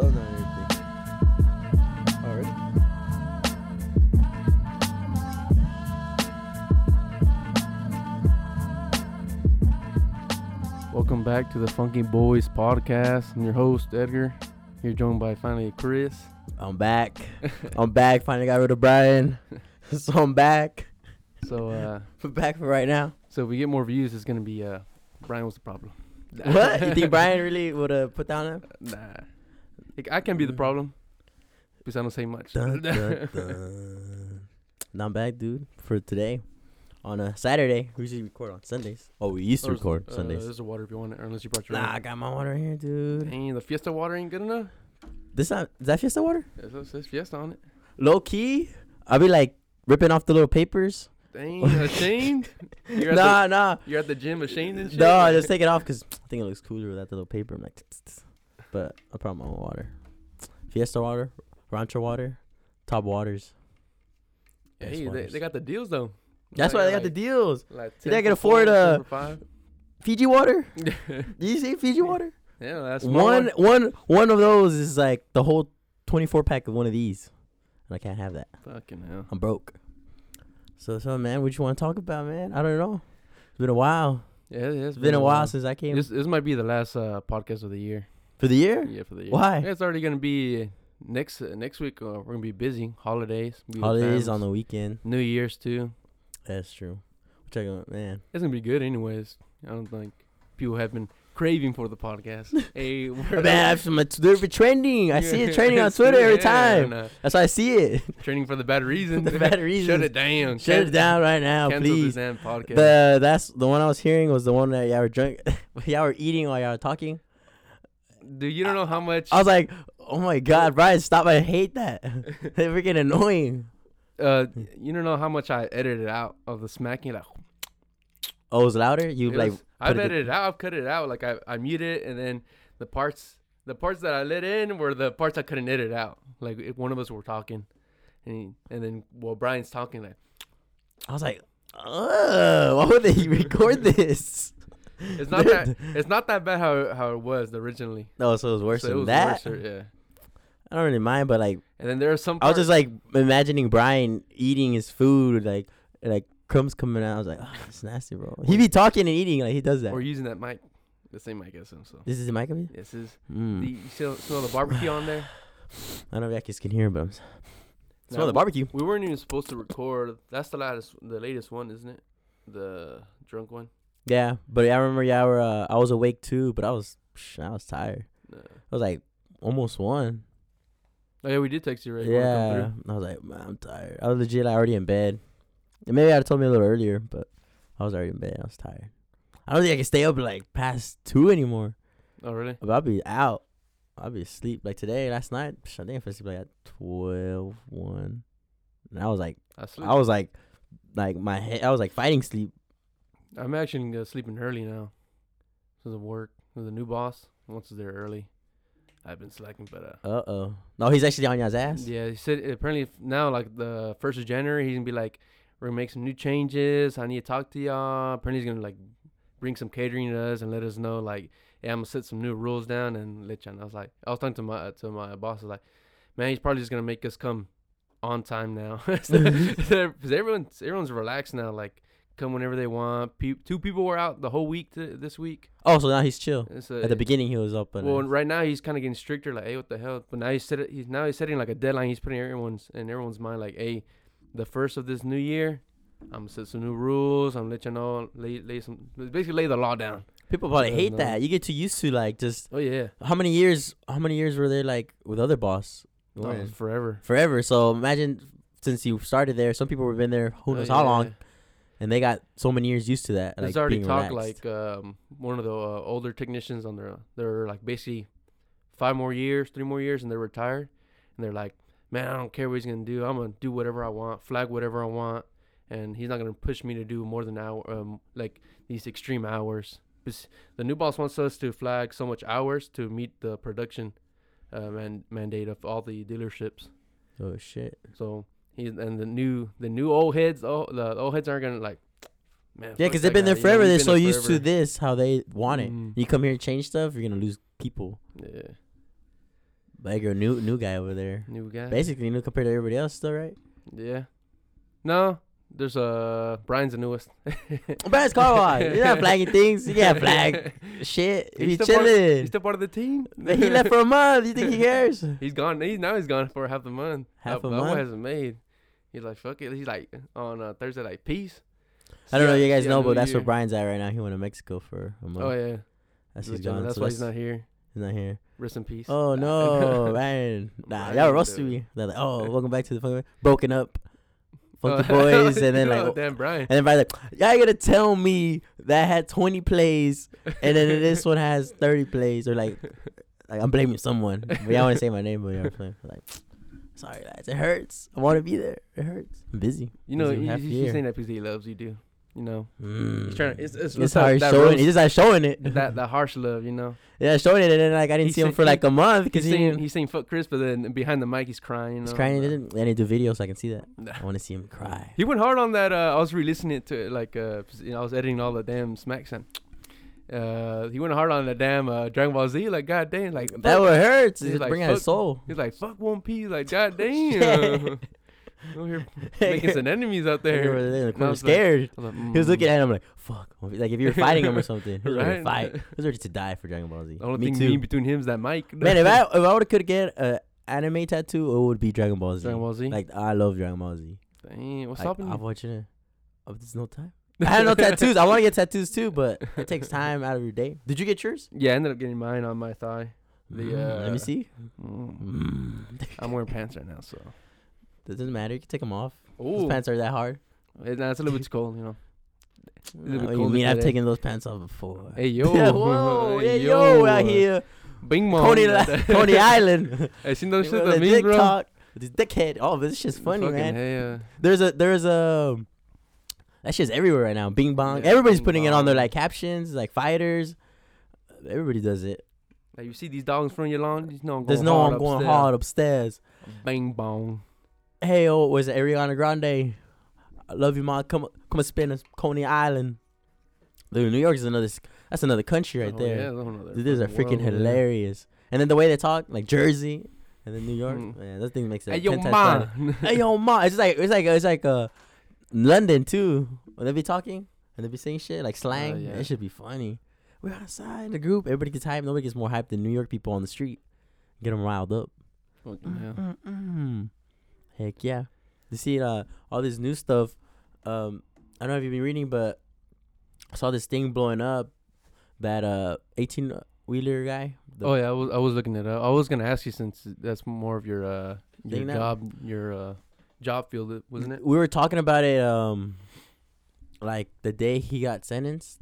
Oh, back to the Funky Boys podcast. I'm your host, Edgar. You're joined by finally Chris. Um, I'm back. I'm back. Finally got rid of Brian. so I'm back. So, uh, I'm back for right now. so if we get more views, it's gonna be uh, Brian. What's the problem? What? You think Brian really would have put down him? Nah, Like, I can be the problem because I don't say much. Dun, dun, dun. Now I'm back, dude, for today. On a Saturday. We usually record on Sundays. Oh, we used to There's- record uh, Sundays. There's a water if you want it, or unless you brought your. Nah, I own. got my water here, dude. Dang, the Fiesta water ain't good enough. This not is that Fiesta water? It says- says Fiesta on it. Low key, I'll be like ripping off the little papers. Dang, ashamed. You're at nah, nah. the, you're at the gym ashamed and shit. No, I just take it off because I think it looks cooler without the little paper. I'm like, "Tsk, tsk, tsk." but I will probably my own water. Fiesta water, Rancho water, Top waters. Best Hey, they, waters. they got the deals though. That's why they got the deals. Like They 10 can for four, afford, 10 uh, for five. Fiji water. yeah, Did you see Fiji water? that's One, one, one of those is like the whole 24 pack of one of these, and I can't have that. Fucking hell. I'm broke. So, so man, what you want to talk about, man? I don't know. It's been a while. Yeah, it has It's been a while since I came This, this might be the last uh, podcast of the year. for the year. Yeah, for the year. Why? It's already gonna be next uh, next week. Uh, we're gonna be busy. Holidays. be with Holidays on the families, weekend. New Year's too. That's true. Which I go, man. It's gonna be good, anyways. I don't think people have been craving for the podcast. hey, we're Man, I have so much- they're trending. I see it trending on Twitter every time. That's why I see it. training for the bad reason. The bad Shut reason. it down. Shut Can- it down right now, Cancel please. this damn podcast. The that's the one I was hearing was the one that y'all were drunk, y'all were eating while y'all were talking. Dude, you don't know how much. I was like, oh my god, Brian, stop! I hate that. They're freaking annoying. uh, Hmm. you don't know how much I edited out of the smacking. Like, Oh, it was louder. You It like was- I've put it- edited it out, I've cut it out. Like I, I muted it, and then the parts, the parts that I let in were the parts I couldn't edit out. Like if one of us were talking, and he, and then while Brian's talking, like I was like, Ugh, why would they record this? it's not that, it's not that bad how how it was originally. No, so it was worse So it than was that. worse, or- yeah. I don't really mind, but like. And then there are some. I was parts- just like imagining Brian eating his food, like like crumbs coming out. I was like, oh, it's nasty, bro. He be talking and eating like he does that. we're using that mic, the same mic as him. So This is the mic of it. this is the, Mm. you still smell the barbecue on there. I don't know if you guys can hear, but I'm s- smell Now, the barbecue. We weren't even supposed to record. That's the latest, the latest one, isn't it? The drunk one. Yeah, but I remember y'all were. Uh, I was awake too, but I was psh, I was tired. No. I was like almost one. Oh yeah, we did text you right. You wanna come through? yeah, I was like, man, I'm tired. I was legit like, already in bed. And maybe I told me a little earlier, but I was already in bed. I was tired. I don't think I can stay up like past two anymore. Oh really? But I'll be out. I'll be asleep. Like today, last night, psh, I think I fell asleep like at 12, 1. And I was like, I sleep. I was like, like my head, I was like fighting sleep. I'm actually uh, sleeping early now. Because of work. With the new boss. Once they're early. I've been slacking, but uh. Uh oh. No, he's actually on y'all's ass. Yeah, he said apparently if now, like the 1st of January, he's gonna be like, we're gonna make some new changes. I need to talk to y'all. Apparently, he's gonna like bring some catering to us and let us know, like, yeah, I'm gonna set some new rules down and let y'all know. I was like, I was talking to my to my boss, I was like, man, he's probably just gonna make us come on time now. Because everyone's, everyone's relaxed now, like, come whenever they want. Pe- two people were out the whole week to, this week. Oh, so now he's chill. And so At the beginning, he was up. And well, right now he's kind of getting stricter. Like, hey, what the hell? But now he's set, he's now he's setting like a deadline. He's putting everyone's in everyone's mind like, hey, the first of this new year, I'm gonna set some new rules. I'm gonna let you know, lay, lay some, basically lay the law down. people probably Yeah, hate no. that. You get too used to like just Oh yeah, how many years? How many years were there like with other boss? Oh, When? forever. Forever. So imagine since you started there, some people have been there who Oh, knows how yeah. long, and they got so many years used to that. There's Like, already being talk relaxed. like um, one of the uh, older technicians on their they're like basically five more years, three more years, and they're retired, and they're like, man, I don't care what he's gonna do. I'm gonna do whatever I want, flag whatever I want, and he's not gonna push me to do more than hour, um, like these extreme hours. Bes- The new boss wants us to flag so much hours to meet the production uh, man- mandate of all the dealerships. oh shit. So he and the new the new old heads, oh, the old heads aren't gonna like. Yeah, Man, fuck because that they've been there guy, you know, forever. he's They're been so there used to forever." this, how they want it. Mm. You come here and change stuff, you're gonna lose people. Yeah, Like your new new guy over there, new guy. basically new compared to everybody else, though, right? Yeah. No, There's uh Brian's the newest. Brian's car wash. You're not flagging things. You can't flag shit. He's He's still part of- chilling. He's still part of the team. Man, he left for a month. You think he cares? He's gone. He's now he's gone for half the month. Half That- a that boy month? hasn't made. He's like fuck it. He's like on uh, Thursday like peace. I don't know if See you ya- guys see ya know, New but that's where Year. Brian's at right now. He went to Mexico for a month. Oh yeah, That's He's he's gone. gone. That's so why he's not here. he's not here. Rest in peace. Oh no, Brian. Nah, y'all Brian, roasted dude. me. They're like, oh, welcome back to the fucking broken up, Oh, funky boys, and then like, oh, and damn Brian. then Brian's like, y'all gotta tell me that I had 20 plays, and then this one has 30 plays, or like, like I'm blaming someone. But y'all want to say my name, but y'all are playing. Like, sorry guys, it hurts. I want to be there. It hurts. I'm busy. You know, Busy he, half he- year. he's saying that because he loves you, do. You know, Mm. he's trying. It's, It's it's, it's how that, he's that, showing. roast- He's just not showing it. that that harsh love, you know. yeah, showing it, and then like I didn't He's see him saying- for like a month because He's he saying didn't. he's saying fuck Chris, but then behind the mic he's crying. You know, He's crying. He didn't. I didn't do videos, so I can see that. Nah. I want to see him cry. He went hard on that. Uh, I was re-listening to it, like uh, 'cause, you know, I was editing all the damn smacks and uh, he went hard on the damn uh, Dragon Ball Z. Like god damn, like That fuck- would hurt. He's It's like, bring out his "Fuck." soul. He's like fuck One Piece. Like god Yeah. damn, over here making some enemies out They there. were there in the And I corner was like- scared. I was like, He was "Mm." looking at him like, "Fuck!" Like if you were fighting him or something, he was ready to Right? fight. He was ready to die for Dragon Ball Z. The only Me thing too. mean between him is that mic. Man, if I if I would have could get an anime tattoo, it would be Dragon Ball Z. Dragon Ball Z. Like I love Dragon Ball Z. Dang, what's Like, stopping I'm you? watching it. Oh, there's no time. I have no tattoos. I want to get tattoos too, but it takes time out of your day. Did you get yours? Yeah, I ended up getting mine on my thigh. The, Mm, let me uh, see. Mm. Mm. I'm wearing pants right now, so. Doesn't matter. You can take them off. Those Ooh, pants are that hard. it, nah, it's a little bit too cold, you know. Nah, be what do Oh, you cold mean if I've it- taken those pants off before? Hey yo, yeah, whoa, yeah, yo, out here, Bing bong. Coney, Li- Coney Island. I seen those shit With that the memes, dick bro. talk, this dickhead. Oh, this shit's funny, Fucking man. Hey, uh, There's a there's a that shit's everywhere right now. Bing bong. Yeah, Everybody's bing putting it on their bong. like captions, like fighters. Everybody does it. like you see these dogs from your lawn, you know I'm There's going no hard one going upstairs. hard upstairs. Bing bong. Hey, oh, was it Ariana Grande? I love you, ma. Come come and spend us Coney Island. Dude, New York is another. s- That's another country right Oh, there. Yeah, that's another Dude, these are fucking freaking world, yeah. hilarious. And then the way they talk, like Jersey, and then New York, Mm. man, that thing makes it. Hey yo, 10 times ma. funnier. hey yo, ma. It's like it's like it's like uh, London too. When they be talking and they be saying shit like slang, Oh, yeah. it should be funny. We're outside in the group. Everybody gets hyped. Nobody gets more hyped than New York people on the street. Get them riled up. Fucking hell. mm. Mm-mm. Heck yeah. You see uh, all this new stuff. Um, I don't know if you've been reading, but I saw this thing blowing up that uh 18 wheeler guy. The Oh yeah, I was I was looking it up. I was gonna ask you since that's more of your uh your Thing that- job your uh job field, wasn't it? We were talking about it um like the day he got sentenced.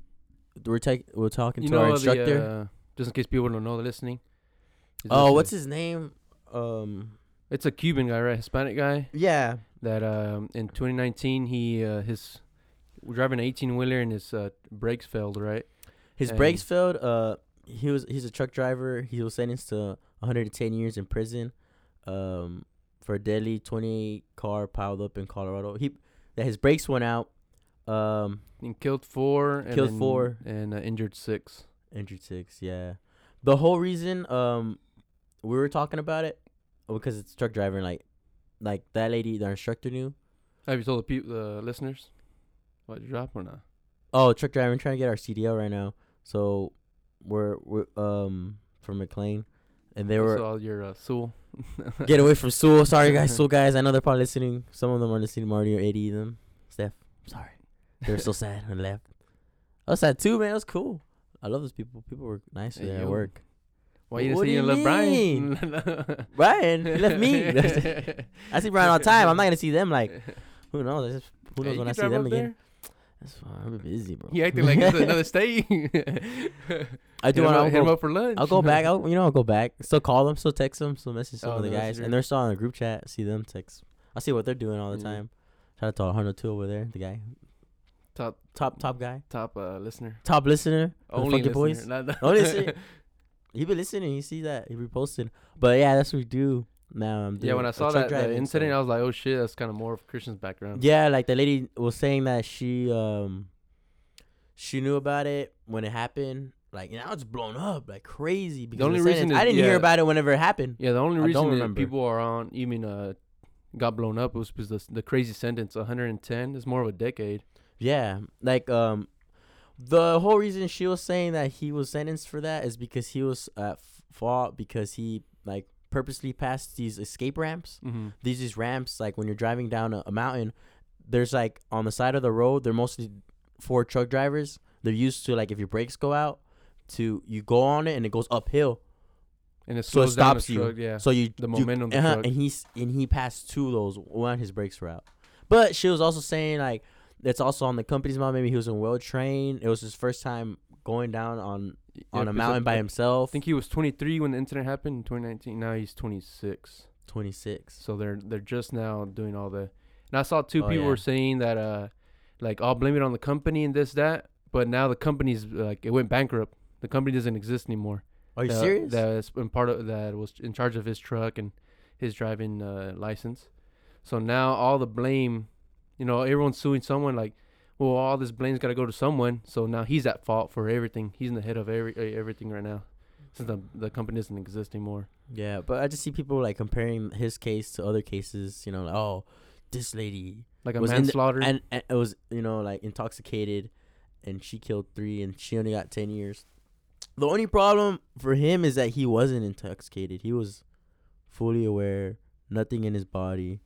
We're ta- we're talking You to our know the instructor. uh, just in case people don't know, they're listening. is oh, this what's a, his name? Um It's a Cuban guy, right? Hispanic guy. yeah. that um, in 2019 he uh, his we're driving an 18 wheeler and his uh, brakes failed, right? His And- brakes failed. Uh, he was he's a truck driver. He was sentenced to 110 years in prison, um, for a deadly 28 car piled up in Colorado. He that his brakes went out, um, And killed four, and Killed then- four. and uh, injured six. injured six. Yeah, the whole reason um, we were talking about it because it's truck driver. Like, like that lady, the instructor knew. Have you told the people, the listeners, what you drop or not? Oh, truck driver. I'm trying to get our CDL right now. So, we're we're um from McLean, and they were. so all your uh, Sewell. Get away from Sewell. Sorry, guys. Sewell, guys. I know they're probably listening. Some of them are listening. Marty or Eddie, them. Steph. I'm sorry. They're so sad and left. I was sad too, man. It was cool. I love those people. People were nice Hey, there at yo. work. Why you didn't What say do you you love Brian? Brian, he left me. I see Brian all the time. I'm not gonna see them. Like, who knows? I just, who knows Hey, you when I can see drive them up again? there? That's fine. I'm busy, bro. You acting like it's another state. I do. Hit him wanna- up- I'll hit him go, up for lunch. I'll go back. I'll, you know, I'll go back. Still call them. Still text them. Still message some Oh, of the the guys, messenger. and they're still on the group chat. See them text. I see what they're doing all the Yeah. time. Shout out to Alejandro too over there. The guy, Top top top guy. top uh, listener. top listener. for the Only Funky listener. boys. Not the- Only listener. He been listening. You see that he reposted. But yeah, that's what we do now. I'm doing Yeah, when I a saw truck that, that driving, so- incident, I was like, "Oh shit, that's kind of more of Christian's background." yeah, like the lady was saying that she um she knew about it when it happened. Like now it's blown up like crazy because of only the sentence. reason is- I didn't hear yeah. about it whenever it happened. Yeah, the only I don't reason that remember. people are on, you mean, uh, got blown up. It was, was the, the crazy sentence 110. It's more of a decade. Yeah, like um, the whole reason she was saying that he was sentenced for that is because he was at fault because he like purposely passed these escape ramps. Mm-hmm. These these ramps, like when you're driving down a, a mountain, there's like on the side of the road, they're mostly for truck drivers. They're used to like if your brakes go out, to you go on it and it goes uphill, And it so it slows down the stops you. truck, Yeah. So you The you- momentum of the uh-huh, truck. and he's and he passed two of those when his brakes were out. But she was also saying like it's also on the company's mind. Maybe he wasn't well trained. It was his first time going down on Yeah, on a because mountain I, by himself. I think he was 23 when the incident happened in 2019. Now he's 26. twenty six. So they're they're just now doing all the. And I saw two Oh, people yeah. were saying that uh, like I'll blame it on the company and this that. But now the company's uh, like it went bankrupt. The company doesn't exist anymore. Are you that- serious? That was in part of that was in charge of his truck and his driving uh, license. So now all the blame, you know, everyone's suing someone. Like, well, all this blame's got to go to someone. So now he's at fault for everything. He's in the head of every eh, everything right now, since the the company doesn't exist anymore. yeah, but I just see people like comparing his case to other cases. You know, like oh, this lady Like a Was in the- manslaughter. and, and it was you know like intoxicated, and she killed three, and she only got ten years. The only problem for him is that he wasn't intoxicated. He was fully aware, nothing in his body,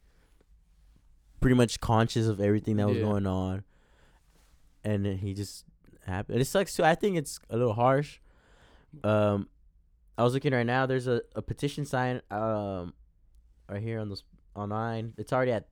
pretty much conscious of everything that was Yeah. going on, and then he just happened. It sucks too. I think it's a little harsh. Um, I was looking right now. There's a, a petition sign um right here on this online. It's already at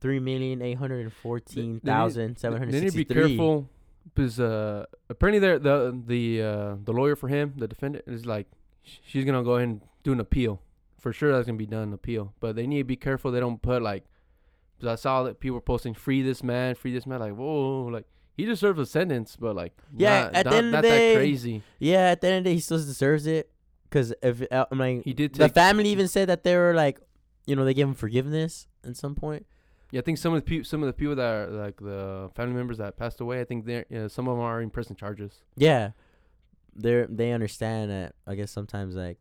three million eight hundred and fourteen thousand seven Th- hundred They need to sixty be three. careful because uh, apparently there- the the uh, the lawyer for him, the defendant, is like sh- she's gonna go ahead and do an appeal. For sure, that's gonna be done an appeal. But they need to be careful. They don't put like because I saw that people were posting "free this man, free this man." Like whoa, like he deserves a sentence, but like Yeah, not, at the not- end of the not day- that crazy. Yeah, at the end of the day, he still deserves it. Cause if uh, I'm like, He did the take. family even said that they were like, you know, they gave him forgiveness at some point. yeah, I think some of the people, some of the people that are like the family members that passed away. I think they are some of them are in prison charges. Yeah, they they understand that. I guess sometimes like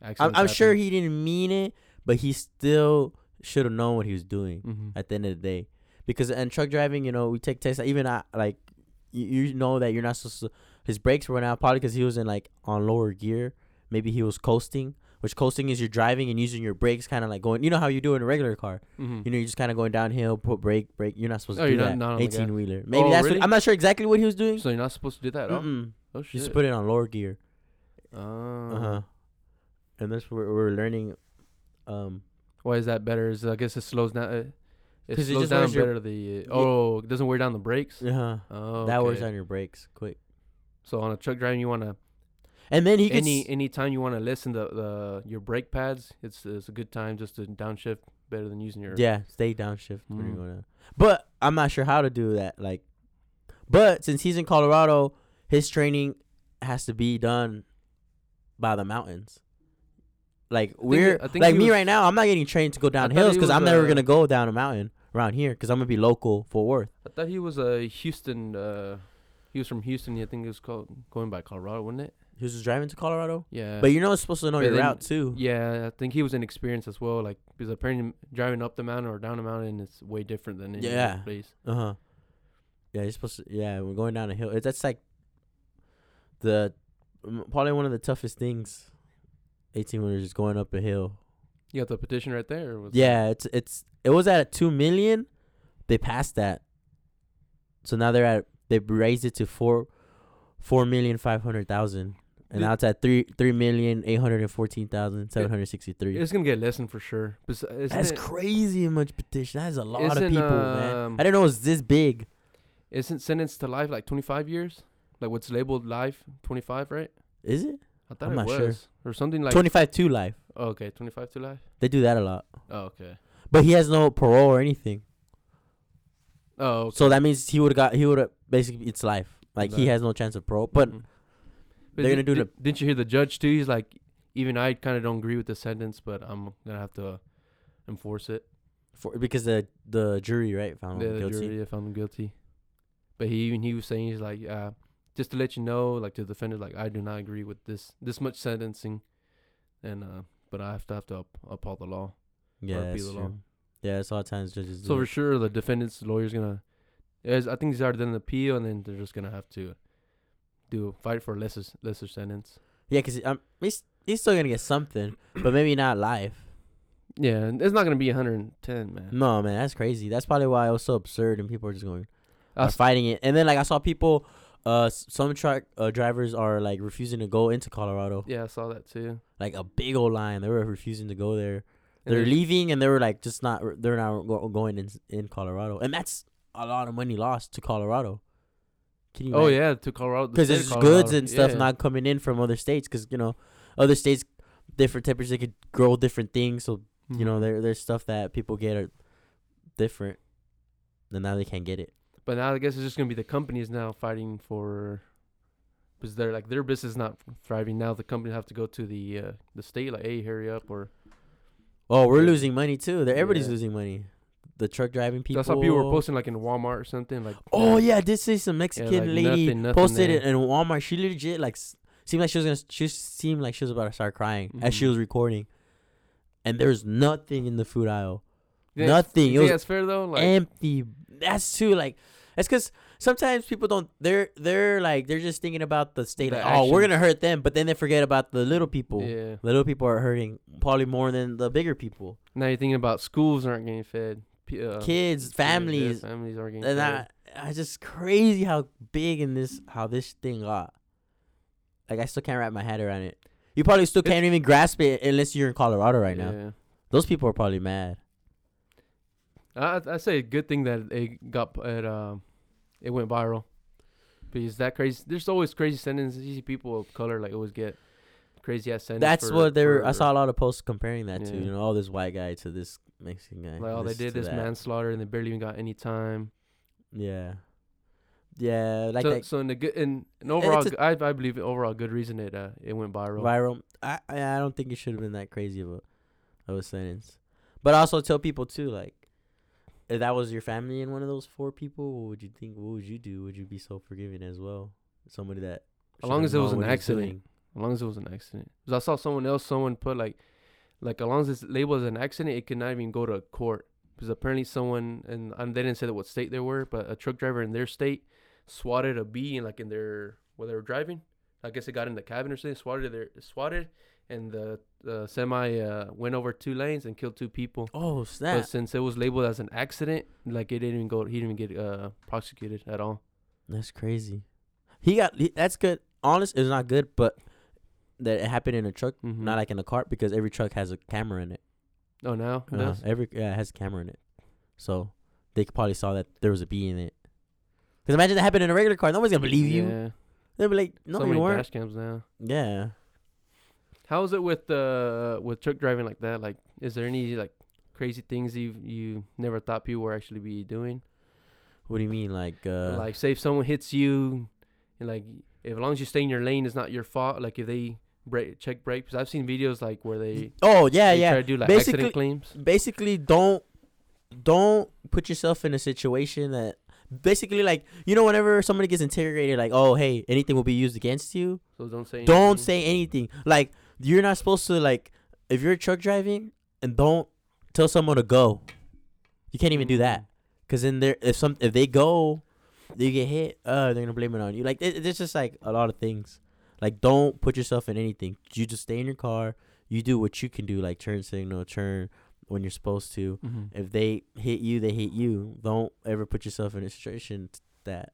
I'm, Accidents I'm sure happen. he didn't mean it, but he still should have known what he was doing Mhm. at the end of the day. Because and truck driving, you know, we take tests. Even I like you, you know that you're not supposed to. His brakes went out probably because he was in like on lower gear. Maybe he was coasting, which coasting is you're driving and using your brakes, kind of like going. You know how you do in a regular car. Mhm. You know, you're just kind of going downhill, put brake, brake. You're not supposed to Oh, do you're not- that. not on the gas. Oh, 18 wheeler. Maybe that's really? what I'm not sure exactly what he was doing. So you're not supposed to do that. at all? Mm-mm. Oh You shit. just put it on lower gear. Oh. Uh huh. And that's where we're learning. Um, Why is that better? Is I guess it slows down. It, it 'Cause it slows just down wears your- better the. Yeah. Uh, oh, it doesn't wear down the brakes. uh-huh. Oh, that wears okay. on your brakes quick. So on a truck driving, you wanna And then he could. any s- any time you wanna listen to the your brake pads. It's it's a good time just to downshift better than using your. Yeah, stay downshift when you're Mm. going down. But I'm not sure how to do that. Like, but since he's in Colorado, his training has to be done by the mountains. Like we're I think like he me was- right now. I'm not getting trained to go down thought hills he because I'm was, never uh, gonna go down a mountain around here because I'm gonna be local Fort Worth. I thought he was a Houston. Uh, he was from Houston. I think it was called going by Colorado, wasn't it? He was just driving to Colorado, Yeah. but you're not supposed to know But your then- route too. yeah, I think he was inexperienced as well. Like because apparently driving up the mountain or down the mountain is way different than any other Yeah. place. Uh huh. Yeah, you're supposed to. Yeah, we're going down a hill. It- That's like the m- probably one of the toughest things. Eighteen wheelers is going up a hill. You got the petition right there. or was it- Yeah, it's it's it was at a two million. They passed that, so now they're at they raised it to four four million five hundred thousand, and Did- now it's at three three million eight hundred and fourteen thousand seven hundred sixty three. It's gonna get lessened for sure. Bes- isn't That's it- crazy much petition. That is a lot of Isn't, people, man. um, I didn't know it was this big. Isn't sentenced to life like 25 years? Like what's labeled life, 25, right? Is it I thought I'm it not was sure. or something like. twenty five two life? oh, okay, 25 to life. They do that a lot. Oh, okay. But he has no parole or anything. Oh, okay. So that means he would have got he would have basically it's life. Like he Life. has no chance of parole. But Mhm. they're gonna did- do did- Didn't you hear the judge too? He's like, even I kind of don't agree with the sentence, but I'm gonna have to enforce it. for, because the the jury right found the him guilty. jury found him guilty. But he even he was saying he's like, uh, just to let you know, like to the defender, like I do not agree with this this much sentencing, and uh, but I have to have to up, uphold the law. Yeah, that's appeal true. at all. Yeah, that's all times judges. So do for it. sure, the defendant's lawyer's gonna. Is, I think he's already done an appeal, and then they're just gonna have to do fight for lesser lesser sentence. yeah, because um, he's he's still gonna get something, but maybe not life. Yeah, and it's not gonna be 110, man. No, man, that's crazy. That's probably why it was so absurd, and people are just going I are s- fighting it. And then like I saw people, uh, s- some truck uh, drivers are like refusing to go into Colorado. Yeah, I saw that too. Like a big old line, they were refusing to go there. And They're there's- leaving, and they were like just not. They're not go- going in in Colorado, and that's a lot of money lost to Colorado. Can you? Oh imagine? yeah, to Colorado the because state there's of goods Colorado. and stuff Yeah. not coming in from other states because you know other states different temperatures they could grow different things so you know Mhm. there there's stuff that people get are different and now they can't get it But now I guess it's just gonna be the companies now fighting for, because they're like their business is not thriving now. The company have to go to the uh, the state like, hey, hurry up, or oh we're Yeah. losing money too They're- everybody's Yeah. losing money the truck driving people that's how people were posting like in Walmart or something like. oh yeah I did see some mexican like, lady nothing- nothing posted there. it in walmart she legit like s- seemed like she was gonna s- she seemed like she was about to start crying as she Mhm. was recording and there's nothing in the food aisle You think- nothing You it think was that's fair though. Like, empty. That's too like that's because sometimes people don't. They're they're like they're just thinking about the state. The like, oh, we're gonna hurt them, but then they forget about the little people. yeah. The little people are hurting probably more than the bigger people. Now you're thinking about schools aren't getting fed. P- uh, Kids, yeah, their families, families aren't and getting fed. I, I just crazy how big in this how this thing got. Like I still can't wrap my head around it. You probably still It- can't even grasp it unless you're in Colorado right now. Yeah. Those people are probably mad. I I say good thing that it got p- it um it went viral because that crazy. There's always crazy sentences. You see people of color like always get crazy ass sentences. That's for- what they were. I for, saw a lot of posts comparing that to Yeah. you know, all this white guy to this Mexican guy. Like all they this did to is that. manslaughter, and they barely even got any time. Yeah, yeah, like so, that so in the good and, it's and overall, a- g- I I believe overall good reason it uh it went viral. viral. I I I don't think it should have been that crazy of a of a sentence, but I also tell people too, like, if that was your family and one of those four people, what would you think? What would you do? Would you be so forgiving as well? Somebody that As should long have as it was known what an he accident. doing. As long as it was an accident. 'Cause I saw someone else, someone put like, like as long as it's labeled as an accident, it cannot even go to court. Because apparently someone, and um, they didn't say that what state they were, but a truck driver in their state swatted a bee in like in their, where they were driving. I guess it got in the cabin or something, swatted their, swatted, and the uh, semi uh, went over two lanes and killed two people. Oh snap! But since it was labeled as an accident, like it didn't even go, he didn't even get uh, prosecuted at all. That's crazy. He got he, that's good. Honest, it's not good, but that it happened in a truck, Mhm. not like in a cart, because every truck has a camera in it. Oh, now? it Uh, does? every yeah, it has a camera in it, so they could probably saw that there was a bee in it. Because imagine that happened in a regular car, nobody's gonna believe you. Yeah. They'll be like, No, no, so you many weren't. dash cams now. yeah, How is it with uh with truck driving like that? Like, is there any like crazy things you you never thought people were actually be doing? what do you mean, like, uh, like, say if someone hits you, and like if as long as you stay in your lane, it's not your fault. Like if they break check brake, because I've seen videos like where they, oh yeah, they yeah. try to do like Basically- accident claims. basically don't don't put yourself in a situation that basically like you know whenever somebody gets interrogated like oh hey anything will be used against you So don't say Don't anything. say anything. Like you're not supposed to like if you're truck driving and don't tell someone to go. You can't even do that because then there if some if they go, they get hit. Uh, they're gonna blame it on you. Like it, it's just like a lot of things. Like don't put yourself in anything. You just stay in your car. You do what you can do, like turn signal, turn when you're supposed to. Mhm. If they hit you, they hit you. Don't ever put yourself in a situation that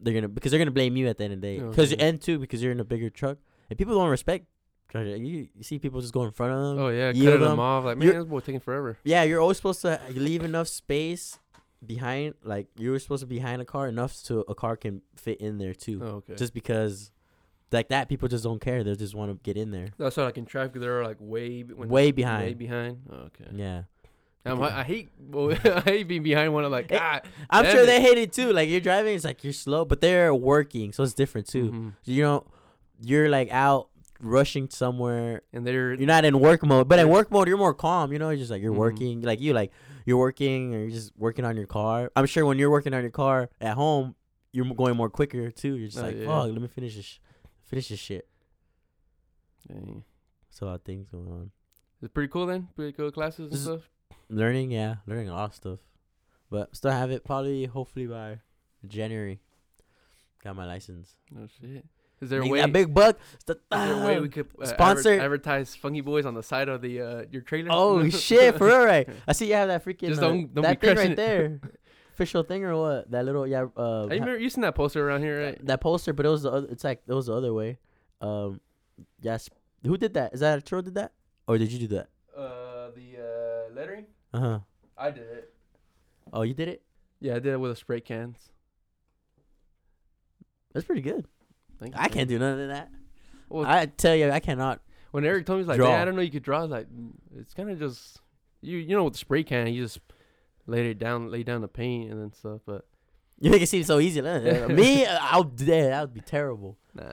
they're gonna because they're gonna blame you at the end of the day. Oh, Because yeah. and two because you're in a bigger truck and people don't respect. truck drivers. You, you see people just go in front of them. Oh yeah, yield cutting them. them off. Like man, You're- this boy taking forever. Yeah, you're always supposed to leave enough space behind. Like you were supposed to be behind a car enough so a car can fit in there too. Oh, okay. Just because like that, people just don't care. They just want to get in there. that's why like in traffic they're like way b- when- Way Way behind. Mm-hmm. behind. Oh, okay. yeah, Um, I, I hate I hate being behind one of like Hey, ah. I'm Damn sure it. they hate it too. Like you're driving, it's like you're slow, but they're working, so it's different too. Mhm. You know, you're like out rushing somewhere And they're you're not in work mode but in Yeah. work mode you're more calm you know you're just like you're Mhm. working like you like you're working or you're just working on your car i'm sure when you're working on your car at home you're m- going more quicker too you're just Oh, like yeah. oh let me finish this sh- finish this shit Dang. it's a lot of things going on It's pretty cool then. Pretty cool classes and This is- stuff. Learning, yeah, learning a lot of stuff, but still have it probably hopefully by January. Got my license. Oh shit. Is there a Make way? that big buck? Sta- is there a way we ah. could uh, adver- sponsor- advertise Funky Boys on the side of the uh, your trailer? Oh shit, for real, right? I see you have that freaking Just uh, don't- don't be that thing right crushing it. there, official thing or what? That little yeah, uh, I remember you seen that poster around here, right? that poster, but it was the other, it's like it was the other way. Um, yes, who did that? Is that a troll did that, or did you do that? Uh, the uh, lettering. Uh huh. I did it. Oh, you did it. Yeah, I did it with a spray cans. That's pretty good. Thank you, I man. can't do none of that. Well- I tell you, I cannot. When Eric told me he's like, Draw. "Man, I don't know you could draw. I was like, "Mm, it's kind of just you. You know, with the spray can, you just laid it down, lay down the paint and then stuff. But You make it seem so easy. huh? Me, I'll dead. That would be terrible. nah,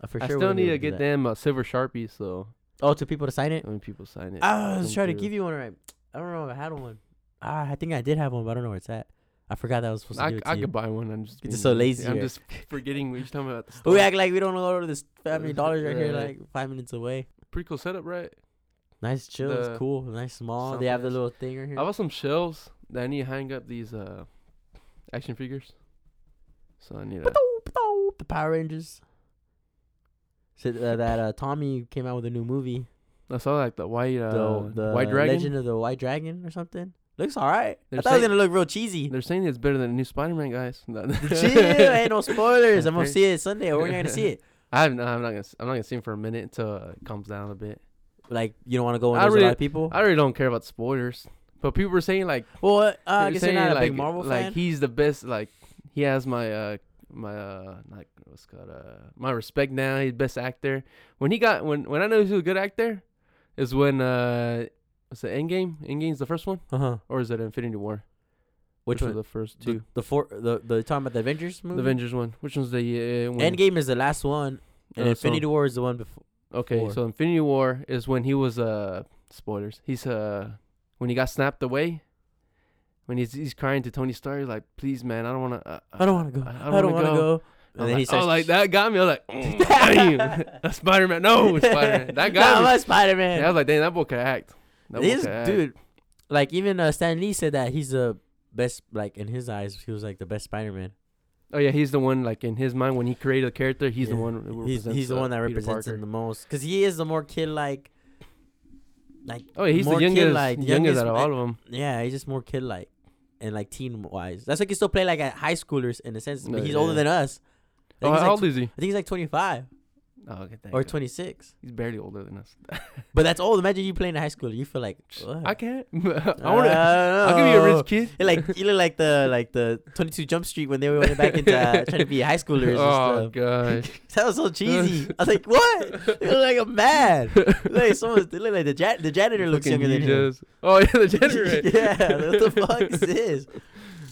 I for I sure. still wouldn't be need able to do that. get them uh, silver sharpies. So Oh, to people to sign it. when people sign it, I was come trying to through. give you one. Right. I don't know if I had one. Ah, I think I did have one, but I don't know where it's at. I forgot that I was supposed to I, give it to I you. could buy one. I'm just You're being just so lazy, I'm right? just forgetting each time about the We store. act like we don't go to this Family Dollar right here, Yeah. like five minutes away. Pretty cool setup, right? Nice, chill. The- it's cool. Nice, small. They have the something little thing right here. I bought some shelves that I need to hang up these uh action figures. So I need a the Power Rangers. So uh, that uh, Tommy came out with a new movie, I saw like the white uh, the, the white dragon. Legend of the White Dragon or something. Looks all right. They're I thought it was saying- gonna look real cheesy. They're saying it's better than the new Spider-Man, guys. No. Chill, ain't no spoilers. I'm gonna Okay. see it Sunday. Or we're not gonna see it. I have no, I'm not gonna. s- I'm not gonna see him for a minute until uh, it calms down a bit. Like you don't want to go when I there's really- a lot of people. I really don't care about spoilers, but people were saying like, well, uh, I they're guess you're saying, not a like, big Marvel like fan. he's the best. Like he has my uh my uh not what's it called uh my respect now. He's best actor. When he got when when I know he's a good actor, is when uh what's the Endgame? Endgame's the first one, Uh huh. or is it Infinity War? Which Which was one? the first The, two? the four. The the talking about the Avengers The, movie. Avengers one. Which one's the uh, when- Endgame is the last one, and Uh, so- Infinity War is the one before. Okay, Four. so Infinity War is when he was uh spoilers. He's uh when he got snapped away. When he's he's crying to Tony Stark, he's like, "Please, man, I don't want to. Uh, I don't want to go. I don't, want to go. And then like, oh, like that got me. I was like, "Mm, damn, that's Spider Man. No, Spider Man. Not That guy. my Spider Man. I was like, damn, that boy can act. That boy This can act. dude, like even uh, Stan Lee said that he's the best. Like in his eyes, he was like the best Spider Man. Oh yeah, he's the one. Like in his mind, when he created a character, he's the Yeah. one. Who He's, he's the uh, one that Peter represents Parker. him the most because he is the more kid like. Like Oh yeah, he's more the kid-like, youngest, the youngest, out of all of them. Yeah, he's just more kid like, and like teen wise. That's why he can still play like at high schoolers in a sense. But Yeah, he's older Uh, yeah. than us. I Oh, think he's, how like, old is he? I think he's like twenty five Oh, okay, thank or God. twenty six. He's barely older than us. But that's old. Imagine you playing in high school. You feel like what? I can't. I want to. I'll give give you a rich kid. You're like you look like the like the 22 Jump Street when they were went back into uh, trying to be high schoolers Oh and stuff. gosh. That was so cheesy. I was like, what? They look like a man. Like someone, they look like the ja- the janitor looks Fucking younger than him. ninjas. Oh yeah, the janitor. yeah, what the fuck is this?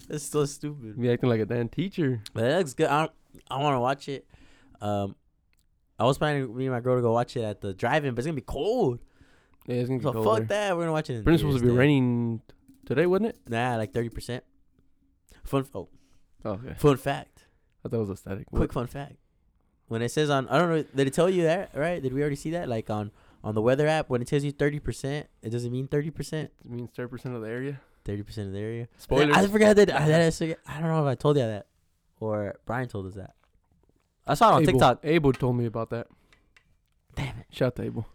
That's so stupid. Be acting like a damn teacher. But that looks good. I don't, I want to watch it. Um, I was planning me and my girl to go watch it at the drive-in, but it's gonna be cold. Yeah, it's gonna So get colder. fuck that. We're gonna watch it. In Apparently it's supposed to be theaters raining today, wasn't it? then. Nah, like thirty percent. Fun. f- Oh, Oh, okay. fun fact. I thought it was aesthetic. Quick fun fact. When it says on, I don't know, did it tell you that, right? Did we already see that? Like on, on the weather app, when it tells you 30%, it doesn't mean 30%, It means thirty percent of the area. 30% of the area. Spoilers. I forgot that, I, that is, I don't know if I told you that or Brian told us that. I saw it on Abel. TikTok. Abel told me about that. Damn it. Shout out to Abel.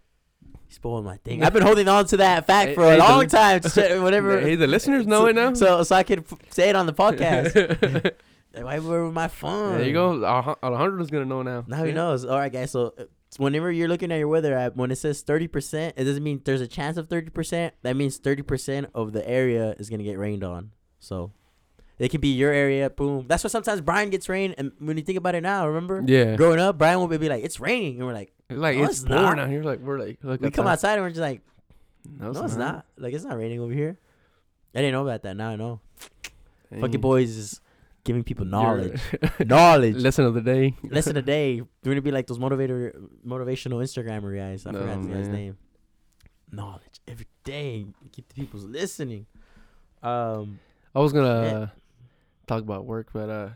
He spoiled my thing. I've been holding on to that fact for Hey, a hey, long the- time. to say- Whatever. Hey, the listeners know it now. So, so I could f- say it on the podcast. Why were my phone? there you go. Alej- Alejandro's gonna know now. Now he Yeah. knows. All right, guys. So uh, whenever you're looking at your weather app, when it says 30%, it doesn't mean there's a chance of 30%. That means 30% of the area is going to get rained on. So it could be your area. Boom. That's why sometimes Brian gets rain. And when you think about it now, remember? Yeah. Growing up, Brian would be like, it's raining. And we're like, Like No, it's it's pouring not. out here. Like we're like look we at come that. outside and we're just like, No, no, it's not. Like, it's not raining over here. I didn't know about that. Now I know. Dang. Fucking boys is giving people Mm. You're- knowledge. knowledge. Lesson of the day. Less than a day, we're gonna be like those motivator, motivational Instagrammer guys. I No, forgot this guy's man. name. Knowledge every day. Keep the people's listening. Um, I was gonna uh, talk about work, but uh,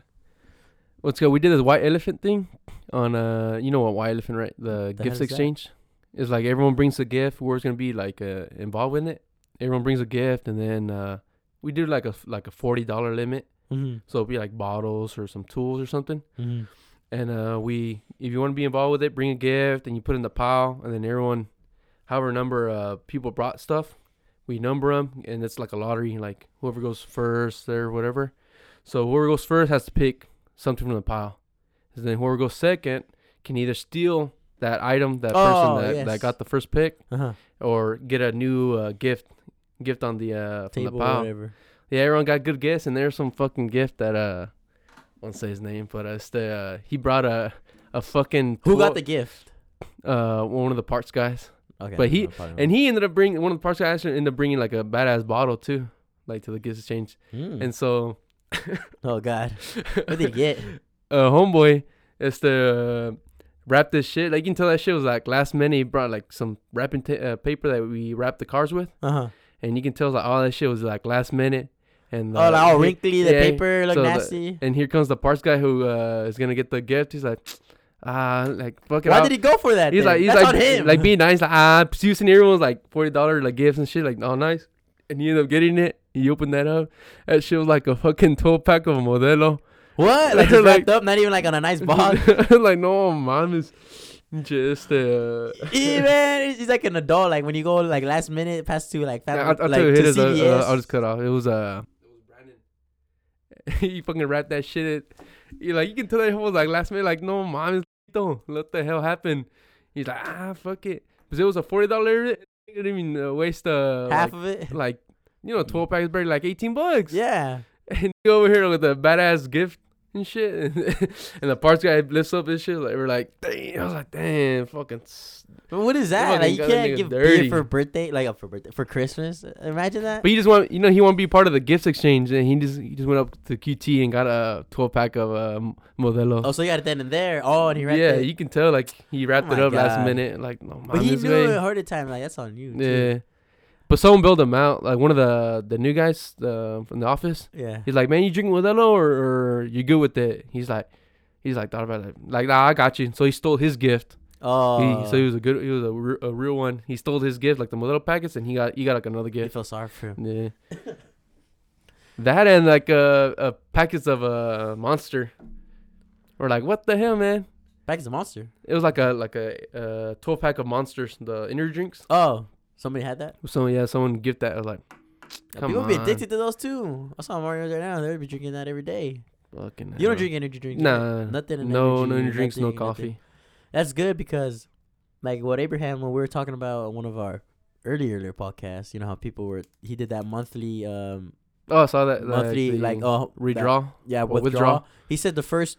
let's go. We did this white elephant thing on uh, you know what white elephant, right? The, The hell is gifts that? exchange. It's like everyone brings a gift. Whoever's gonna be like uh, involved in it, everyone brings a gift, and then uh, we do like a like a forty dollar limit. Mm-hmm. So it'll be like bottles or some tools or something. Mm-hmm. And uh, we, if you want to be involved with it, bring a gift and you put it in the pile, and then everyone, however number uh, people brought stuff, we number them, and it's like a lottery. Like whoever goes first or whatever. So whoever goes first has to pick something from the pile, and then whoever goes second can either steal that item that Oh, person that, that yes. got the first pick, Uh-huh. or get a new uh, gift gift on the uh, from Table the or pile. whatever. Yeah, everyone got good gifts, and there's some fucking gift that uh, I won't say his name, but uh, it's the, uh he brought a a fucking Who got the tool- gift? uh one of the parts guys, Okay. But I he- know, probably and he ended up bringing one of the parts guys ended up bringing like a badass bottle too, like to the gift exchange, not. Mm. and so oh God, what did he get? uh homeboy, it's the uh, wrap this shit. Like you can tell that shit was like last minute. He brought like some wrapping ta- uh, paper that we wrapped the cars with, Uh huh. and you can tell like all that shit was like last minute. And Oh, like, all he- wrinkly. The yeah, paper look so the- nasty. And here comes the parts guy who uh, is gonna get the gift. He's like, ah, like fuck it. Why I'll-" did he go for that? He's then? like, he's That's like, on him. like being nice. Like, ah, Zeus and everyone's like forty dollar like gifts and shit. Like, oh, nice. And he ended up getting it. He opened that up. That shit was like a fucking twelve pack of Modelo. what? Like just like- wrapped up, not even like on a nice box. like, no, mom is just. Uh, yeah, man, he's like an adult. Like when you go like last minute, past two, like, I'll, fat, I'll tell like you, to it is. uh, CVS. Uh, I'll just cut off. It was uh. he fucking wrapped that shit. You like you can tell that he was like last minute. Like no, mom is don't. What the hell happened? He's like ah fuck it. Cause it was a forty dollar. Didn't even uh, waste uh half like, of it. like you know twelve packs barely like eighteen bucks. yeah. And you over here with a badass gift and shit. and the parts guy lifts up his shit. Like we're like damn. I was like damn fucking. s-" But what is that? fucking Like you got that can't nigga give dirty. beer for birthday, like uh, for birthday for Christmas. Imagine that. But he just want you know he want to be part of the gifts exchange and he just he just went up to QT and got a twelve pack of uh, Modelo. oh, so you got it then and there. Oh, and he wrapped yeah, it. you can tell like he wrapped Oh it my up last God. minute. Like no, but he this knew way. it hard time. Like that's on you. too. Yeah, but someone built him out. Like one of the the new guys uh, from the office. Yeah. He's like, man, you drinking Modelo or, or you good with it? He's like, he's like thought about it. Like nah, I got you. So he stole his gift. Oh. He, so he was a good, he was a, re- a real one. He stole his gift, like the Modelo packets, and he got he got like another you gift. feel sorry for him. Yeah. that and like uh, uh packets of a uh, monster. We're like, what the hell, man? Back is a monster. It was like a like a uh, twelve pack of monsters, the energy drinks. Oh, somebody had that. So yeah, someone gift that. I was like, Yeah, come People on, be addicted to those too. I saw Mario's right now. They'd be drinking that every day. Fucking You hell. don't drink energy drinks. right? Nah, Nothing in No, energy, no energy drinks, no nothing, nothing. coffee. That's good because, like what Abraham, when we were talking about on one of our earlier earlier podcasts, you know how people were he did that monthly um Oh, I saw that. monthly the like oh that- redraw. yeah or withdrawal. withdrawal. He said the first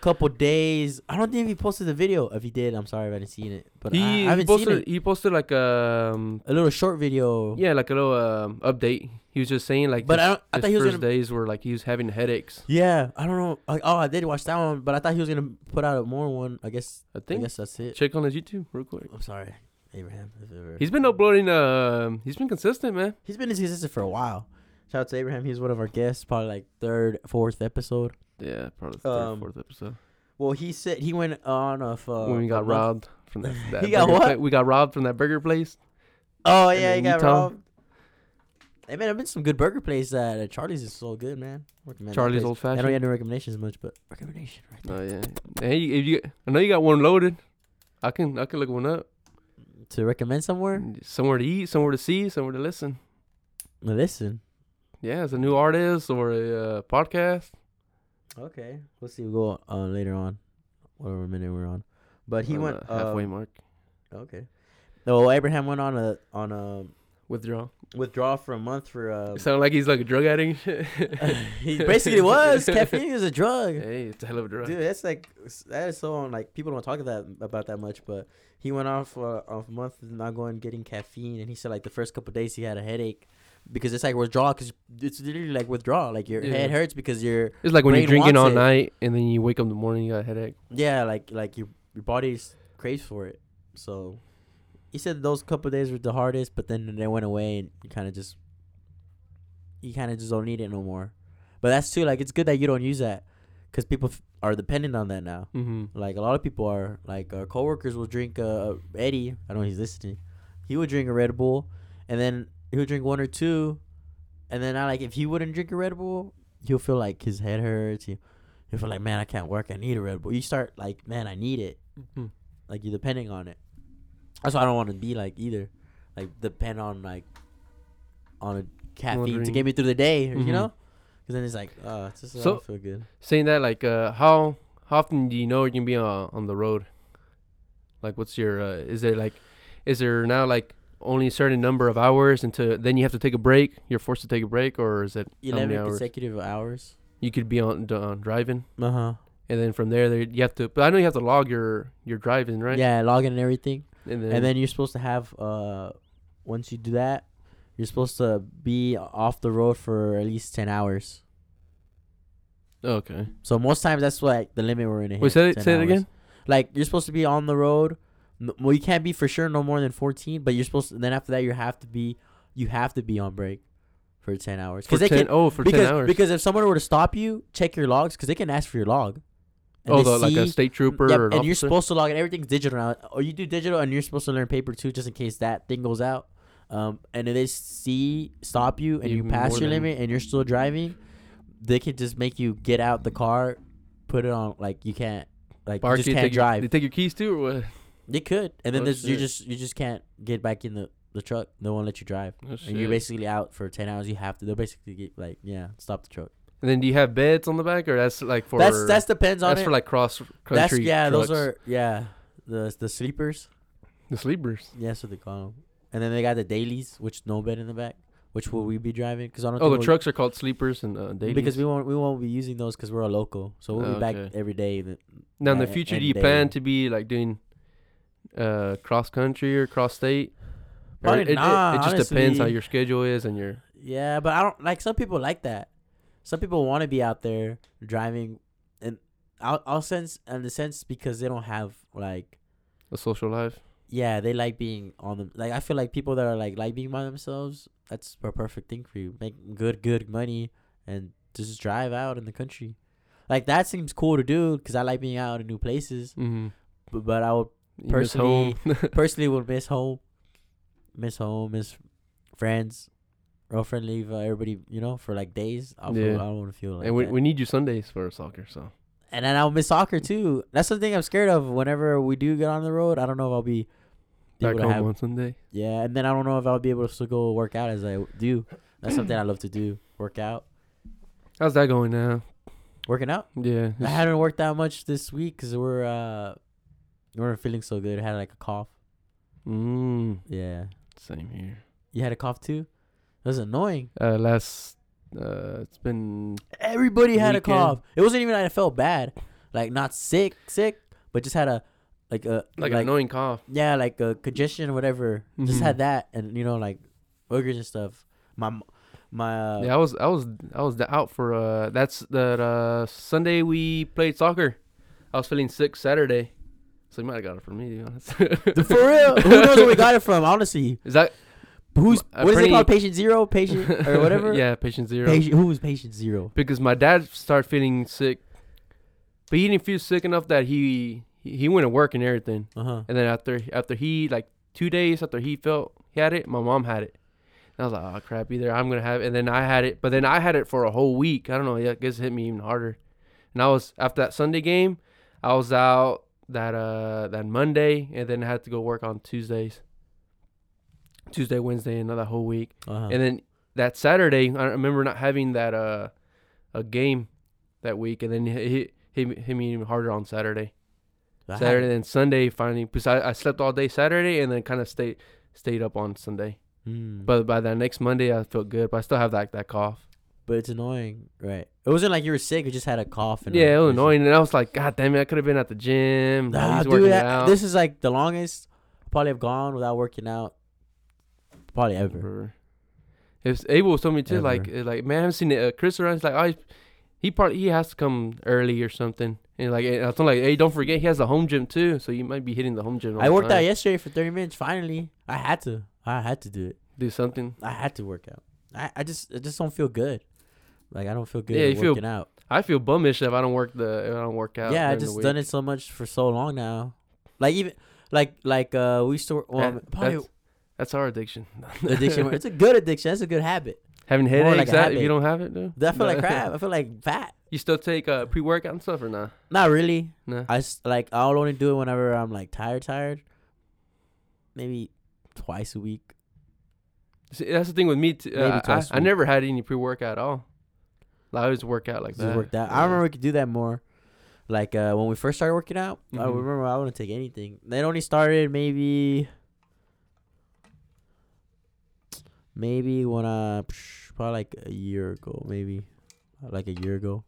couple days. I don't think he posted the video. If he did, I'm sorry if I didn't see it. But I, I he, haven't posted. seen it. He posted like um A little short video. yeah like a little um update. He was just saying like. But his, I don't. I his thought he was first gonna. days were like he was having headaches. Yeah, I don't know. Like, oh, I did watch that one, but I thought he was gonna put out a more one. I guess. I I think. guess that's it. Check on his YouTube real quick. I'm sorry, Abraham. if ever- He's been uploading. Um, he's been consistent, man. He's been his assistant for a while. Shout out to Abraham. He was one of our guests, probably like third, fourth episode. Yeah, probably third, Um, fourth episode Well, he said he went on a. Uh, when we a got month- robbed from that. that He got burger what? pla- we got robbed from that burger place. Oh and yeah, he in got Utah. robbed. Hey man, I've been to some good burger place at uh, Charlie's. Is so good, man. Recommend that Charlie's place. Old I Fashioned. don't get no recommendations much, but recommendation right there. Oh yeah. Hey, you- if you, I know you got one loaded. I can I can look one up. To recommend somewhere, Mm. Somewhere to eat, somewhere to see, somewhere to listen. Well, listen. Yeah, it's a new artist or a uh, podcast. Okay, we'll see. We'll go uh, later on, whatever minute we're on. But he Around went the halfway uh, mark. Okay. No, Abraham went on a on a Withdraw. withdrawal for a month for uh, It sounded like he's like a drug addict. and shit. he basically was caffeine is a drug. hey, it's a hell of a drug. Dude, that's like that is so on. Like people don't talk that about that much, but he went off uh, off a month of not going getting caffeine, and he said like the first couple days he had a headache because it's like withdrawal because it's literally like withdrawal. Like your Yeah. head hurts because you're It's like when you're brain drinking wants all it. night and then you wake up in the morning you got a headache. yeah like like your your body's craves for it. So he said those couple days were the hardest, but then they went away, and you kind of just you kind of just don't need it no more. But that's too like it's good that you don't use that because people f- are dependent on that now. Mm-hmm. Like a lot of people are. Like our coworkers will drink. Uh, Eddie, I know he's listening. He would drink a Red Bull, and then he would drink one or two, and then I like if he wouldn't drink a Red Bull, he'll feel like his head hurts. He, he'll feel like man, I can't work. I need a Red Bull. You start like man, I need it. Mm-hmm. Like you're depending on it. That's why I don't want to be like either. Like depend on like on a caffeine to Wondering. get me through the day. Mhm. You know. Because then it's like, oh, it's just, I So- don't feel good. Saying that, like, uh, how how often do you know you can be on on the road? Like, what's your? Uh, is it like, is there now like only a certain number of hours until then you have to take a break? You're forced to take a break, or is it how many 11 hours? consecutive hours. You could be on, d- on driving, Uh huh. and then from there, there you have to. But I know you have to log your your driving, right? Yeah, login and everything. And then, And then you're supposed to have uh once you do that, you're supposed to be off the road for at least ten hours. Oh, okay. So most times that's like the limit we're gonna hit. Wait, say, it- 10 say it hours. again. Like you're supposed to be on the road. n- Well, you can't be for sure no more than fourteen, but you're supposed. To, then after that, you have to be, you have to be on break for ten hours. For Because they ten, can oh, for because, ten hours. because if someone were to stop you, check your logs because they can ask for your log. And oh, they the, like a see- state trooper Yep, or an and you're officer? supposed to log in. Everything's digital now. Or you do digital, and you're supposed to learn paper too, just in case that thing goes out. Um, and if they see stop you and you Even pass more your than- limit and you're still driving, they can just make you get out the car, put it on like you can't like Park you it, just can't take your- drive. they take your keys too, or what? they could, and Oh, then there's you shit. just you just can't get back in the the truck. They won't let you drive, Oh, shit. and you're basically out for ten hours. You have to. They'll basically get like yeah, stop the truck. And then do you have beds on the back, or that's like for that's that's depends on that's it. for like cross country. that's yeah, those trucks. are yeah the the sleepers. the sleepers. Yeah, that's what they call 'em. And then they got the dailies, which no bed in the back, which will we be driving? Because I don't. Oh, think the we'll- trucks are called sleepers and uh, dailies. Because we won't we won't be using those because we're a local, so we'll be Oh, back okay. every day. Then now in the yeah, future, and do you daily. plan to be like doing uh cross country or cross state? Or Probably it, it- not, It, just depends how honestly. your schedule is and your. Yeah, but I don't like some people like that. Some people want to be out there driving, and I'll I'll sense in the sense because they don't have like A social life. yeah they like being on them. Like I feel like people that are like like being by themselves, that's a perfect thing for you. Make good good money and just drive out in the country. Like that seems cool to do because I like being out in new places. Mm-hmm. But, but I would home. personally would miss home, miss home, miss friends, girlfriend leave uh, everybody you know for like days. I, feel, Yeah. I don't want to feel like and we, that. we need you Sundays for soccer. So and then I'll miss soccer too. That's the thing I'm scared of. Whenever we do get on the road, I don't know if I'll be back able to home have on Sunday. yeah, and then I don't know if I'll be able to still go work out as I do. That's something I love to do. Work out, How's that going now? working out. Yeah. I it's- haven't worked that much this week because we're uh we weren't feeling so good. I had like a cough. mm, Yeah, same here. you had a cough too. It was annoying. Uh, last. Uh, it's been Everybody had a Weekend. cough. It wasn't even that I felt bad, like not sick, sick, but just had a like a like, an annoying cough. yeah, like a congestion or whatever. Just Mhm. had that, and you know, like boogers and stuff. My m- my uh, yeah, I was I was I was out for uh that's that uh Sunday we played soccer. I was feeling sick Saturday, so you might have got it from me. To be honest, the- for real. Who knows where we got it from? Honestly, is that who's A what is it pretty- called? Patient zero, patient or whatever. yeah, patient zero. Patient, who was patient zero? Because my dad started feeling sick, but he didn't feel sick enough that he he he went to work and everything. Uh huh. And then after after he like two days after he felt he had it, my mom had it. And I was like, oh crap, either I'm gonna have it. And then I had it, but then I had it for a whole week. I don't know, yeah, I guess it hit me even harder. And I was after that Sunday game, I was out that uh that Monday, and then I had to go work on Tuesdays. Tuesday, Wednesday, another whole week, Uh huh. and then that Saturday, I remember not having that uh a game that week, and then it hit, hit, me- hit me even harder on Saturday. Saturday and then Sunday finally because I, I slept all day Saturday and then kind of stayed stayed up on Sunday. but But by that next Monday I felt good, but I still have that that cough. but it's annoying, right? It wasn't like you were sick; you just had a cough. And Yeah, it was and- annoying, and I was like, God damn it, I could have been at the gym. Nah, Nah, he's dude, working that- out. this is like the longest I probably have gone without working out, probably ever. Or- If Abel told me too, like uh, like man, I haven't seen it. Uh, Chris around, he's like, oh, he's- he probably he has to come early or something. And like I was like, hey, don't forget he has the home gym too, so you might be hitting the home gym. all I the worked out time. yesterday for thirty minutes. Finally, I had to. I had to do it. Do something. I had to work out. I, I just I just don't feel good. Like I don't feel good Yeah, you feel- working out. I feel bumish if I don't work the if I don't work out. yeah, I during the just done week. it so much for so long now. Like even like like uh we used to work, well, That- probably that's, that's our addiction. addiction. It's a good addiction. That's a good habit. Having more like headaches a that if habit. you don't have it, dude. I feel like No. crap. I feel like fat. You still take uh, pre workout and stuff or not? Not really. No. I s- like I'll only do it whenever I'm like tired, tired. Maybe twice a week. See, that's the thing with me. T- Maybe uh, I, twice a I week. never had any pre workout at all. Like, I always work out like Just that. worked out. Yeah. I remember we could do that more. Like uh, when we first started working out, I Mhm. remember I wouldn't take anything. It only started maybe, maybe when uh, psh, probably like a year ago, maybe like a year ago,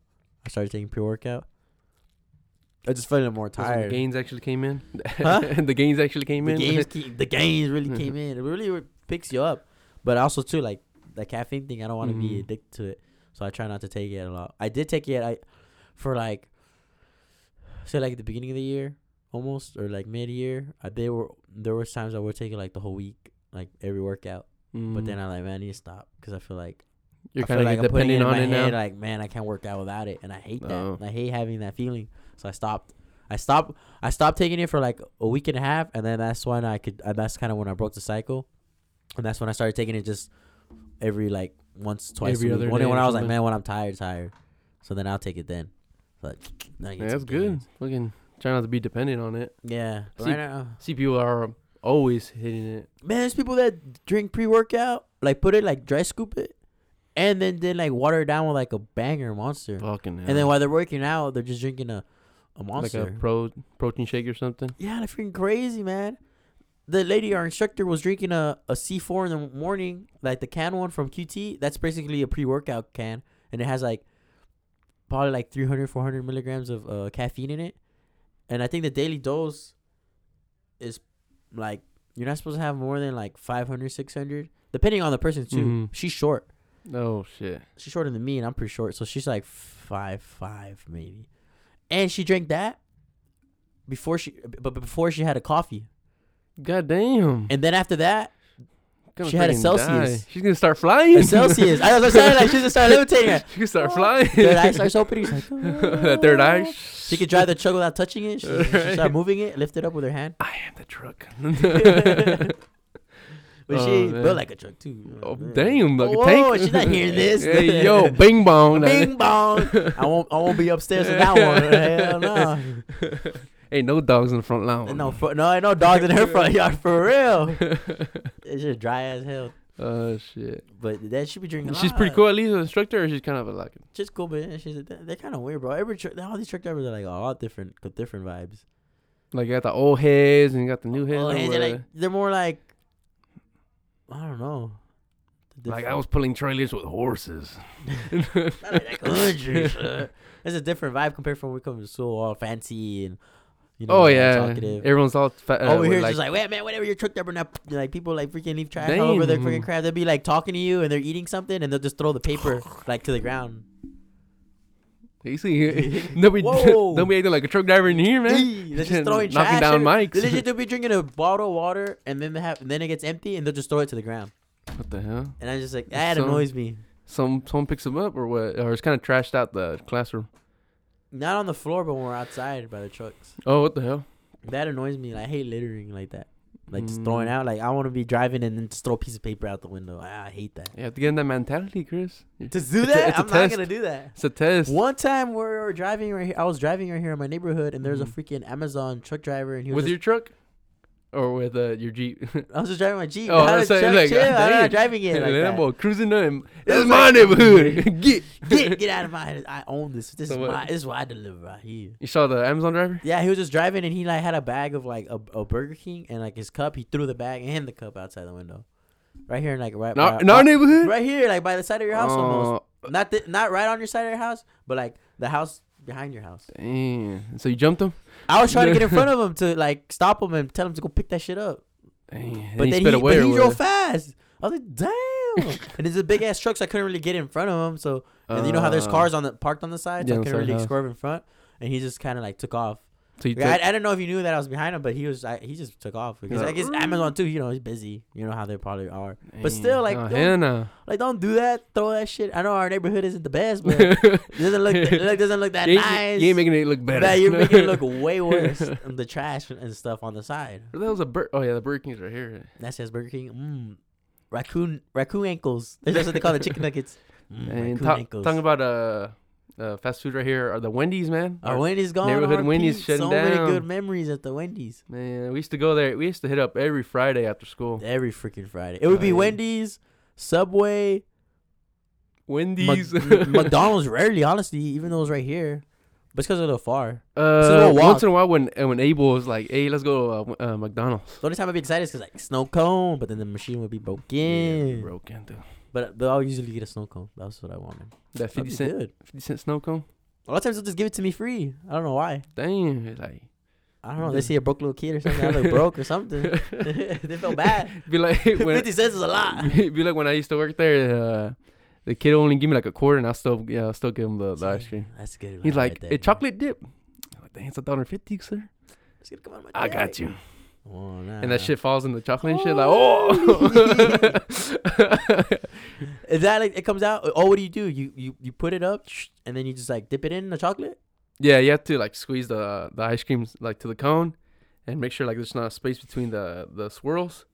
I started taking pre workout. I just felt more That's when The tired. gains actually came in. Huh? the gains actually came the in. games, keep, the gains really came in. It really re- picks you up. But also too, like the caffeine thing, I don't want to be Mhm. addicted to it, so I try not to take it a lot. I did take it, I for like, say like at the beginning of the year, almost or like mid year. I they were there was times I would take it like the whole week, like every workout. Mm-hmm. But then I like man, I need to stop because I feel like Mm. you're I feel kind of like like I'm putting dependent in on my it head, now. Like man, I can't work out without it, and I hate that. Oh. And I hate having that feeling, so I stopped. I stopped. I stopped taking it for like a week and a half, and then that's when I could. Uh, that's kind of when I broke the cycle, and that's when I started taking it just every like once, twice. Every a week. other Only day when or I was like, something. man, when I'm tired, tired. So then I'll take it then. But now you Yeah, get that's some good. gains. Looking, try not to be dependent on it. Yeah. but See- right now, See, people are always hitting it. man, there's people that drink pre workout, like put it like dry scoop it, and then then like water it down with like a banger monster. Fucking hell. And then while they're working out, they're just drinking a, a like monster. a pro protein shake or something. yeah, they're freaking crazy, man. The lady, our instructor, was drinking a, a C4 in the morning, like the can one from QT. That's basically a pre workout can. And it has like probably like 300, 400 milligrams of uh, caffeine in it. And I think the daily dose is like, you're not supposed to have more than like 500, 600, depending on the person, too. Mhm. She's short. Oh shit. she's shorter than me and I'm pretty short, so she's like five five maybe. And she drank that before she but but before she had a coffee. God damn. And then after that, Gonna she had a freaking die. Celsius. She's gonna start flying. a Celsius. I was like, saying, like she's gonna start levitating. Oh. She can start flying. Third eye starts opening. She's like, that third eye. She could drive the truck without touching it. She, she started Right. moving it, lift it up with her hand. I am the truck. But Oh, she man. built like a truck too. oh, damn, look, Whoa, tank. she's not hearing this. hey, yo, bing bong. Bing bong. I won't. I won't be upstairs in that one. Hell no. Ain't no dogs in the front lawn. Ain't No, fr- no, ain't no dogs in her front yard for real. It's just dry as hell. Oh shit. But that she be drinking. a She's pretty lot. cool. At least an instructor, or she's kind of a like. She's cool, but she's they're, kind of weird, bro. Every truck, all these truck drivers are like all different, got different vibes. Like you got the old heads and you got the new heads. Oh, or and they're like whatever. they're more like I don't know. They're like I different. was pulling trailers with horses. Not like that country, sir. It's a different vibe compared from when we come to school, all fancy and you know, oh all yeah, talkative. everyone's all fa- uh, Over with, here, it's like, just like, wait, man, whatever your truck driver now, like people like freaking leave trash all over their freaking Damn. crap. They'll be like talking to you, and they're eating something, and they'll just throw the paper like to the ground. you see, nobody, Whoa. nobody acting like a truck driver in here, man. Eee, They're just throwing Knocking trash. down every- mics. They legit they'll be drinking a bottle of water, and then they have, and then it gets empty, and they'll just throw it to the ground. What the hell? And I'm just like, that So- annoys me. Some someone picks them up or what? Or it's kind of trashed out the classroom. Not on the floor, but when we're outside by the trucks. Oh, what the hell? Mm. That annoys me. and I hate littering like that. Like just throwing out. Like I want to be driving and then just throw a piece of paper out the window. I, I hate that. You have to get in that mentality, Chris. It's To do It's a- that, it's a I'm not test. gonna do that. a test. One time we were driving right here. I was driving right here in my neighborhood, and there's Mhm. a freaking Amazon truck driver, and he was. with Just, your truck, or with uh, your jeep. I was just driving my jeep. Oh, I that's was what- truck like, chill. I'm dang. not driving it And like that that. boy cruising on. That This is was my like- neighborhood. get. Get get out of my. I own this. This So is what- my. This is why I deliver right here. You saw the Amazon driver? Yeah, he was just driving, and he like had a bag of like a, a Burger King and like his cup. He threw the bag and the cup outside the window, right here, like right. In our, right, in our neighborhood? right here, like by the side of your house, almost. Oh, Not the, not right on your side of your house, but like the house behind your house. Damn. So you jumped him? I was trying to get in front of him to like stop him and tell him to go pick that shit up. Damn. But he then sped he, away but or he whatever. drove fast. I was like, damn. and it's a big ass truck, so I couldn't really get in front of him. So and you know how there's Uh, cars on the parked on the side, so yeah, I on the couldn't side, really huh? swerve in front. And he just kind of like took off. So you Yeah, took- I, I don't know if you knew that I was behind him, but he was. I, he just took off because I like, guess Amazon too. You know, he's busy. You know how they probably are. But Dang. still, like, Oh, don't- hell no. Like, don't do that. Throw that shit. I know our neighborhood isn't the best, but it doesn't look it look- doesn't look that you, ain't- nice. you ain't making it look better. Nah, you're making it look way worse. and the trash and stuff on the side. That was a bird. Oh yeah, the Burger King's right here. That says Burger King. Mmm. Raccoon raccoon ankles. That's what they call the chicken nuggets. Mm, And raccoon ta- ankles. talking about uh, uh, fast food right here are the Wendy's, man. our Wendy's gone. neighborhood RIP. Wendy's shutting So many good down. memories at the Wendy's. man, we used to go there. We used to hit up every Friday after school. Every freaking Friday. It would be Oh, yeah. Wendy's, Subway, Mc- Wendy's, McDonald's rarely, honestly, even though it's right here. But it's because it's a little far. Uh, we'll walk. once in a while, when uh, when Abel was like, "Hey, let's go to uh, w- uh, McDonald's," The only time I'd be excited is because, like, snow cone, but then the machine would be broken. Yeah, bro, can't do. But, but I'll usually get a snow cone. That's what I wanted. That That'd fifty be cent, good. fifty cent snow cone. A lot of times they'll just give it to me free. I don't know why. Damn, it's like I don't know. They see a broke little kid or something. I look broke or something. they feel bad. be like when, 50 cents is a lot. be like when I used to work there. Uh, the kid only give me like a quarter, and I still yeah, I still give him the, the ice cream. That's a good. one He's right like, there. "A chocolate dip." I'm like, Dang, it's a dollar fifty, sir. It's gonna come out of my I got dick. you. Oh, nah. And that shit falls in the chocolate and shit. Like, oh. Is that like it comes out? Oh, what do you do? You you you put it up and then you just like dip it in the chocolate. yeah, you have to like squeeze the the ice creams like to the cone, and make sure like there's not a space between the the swirls.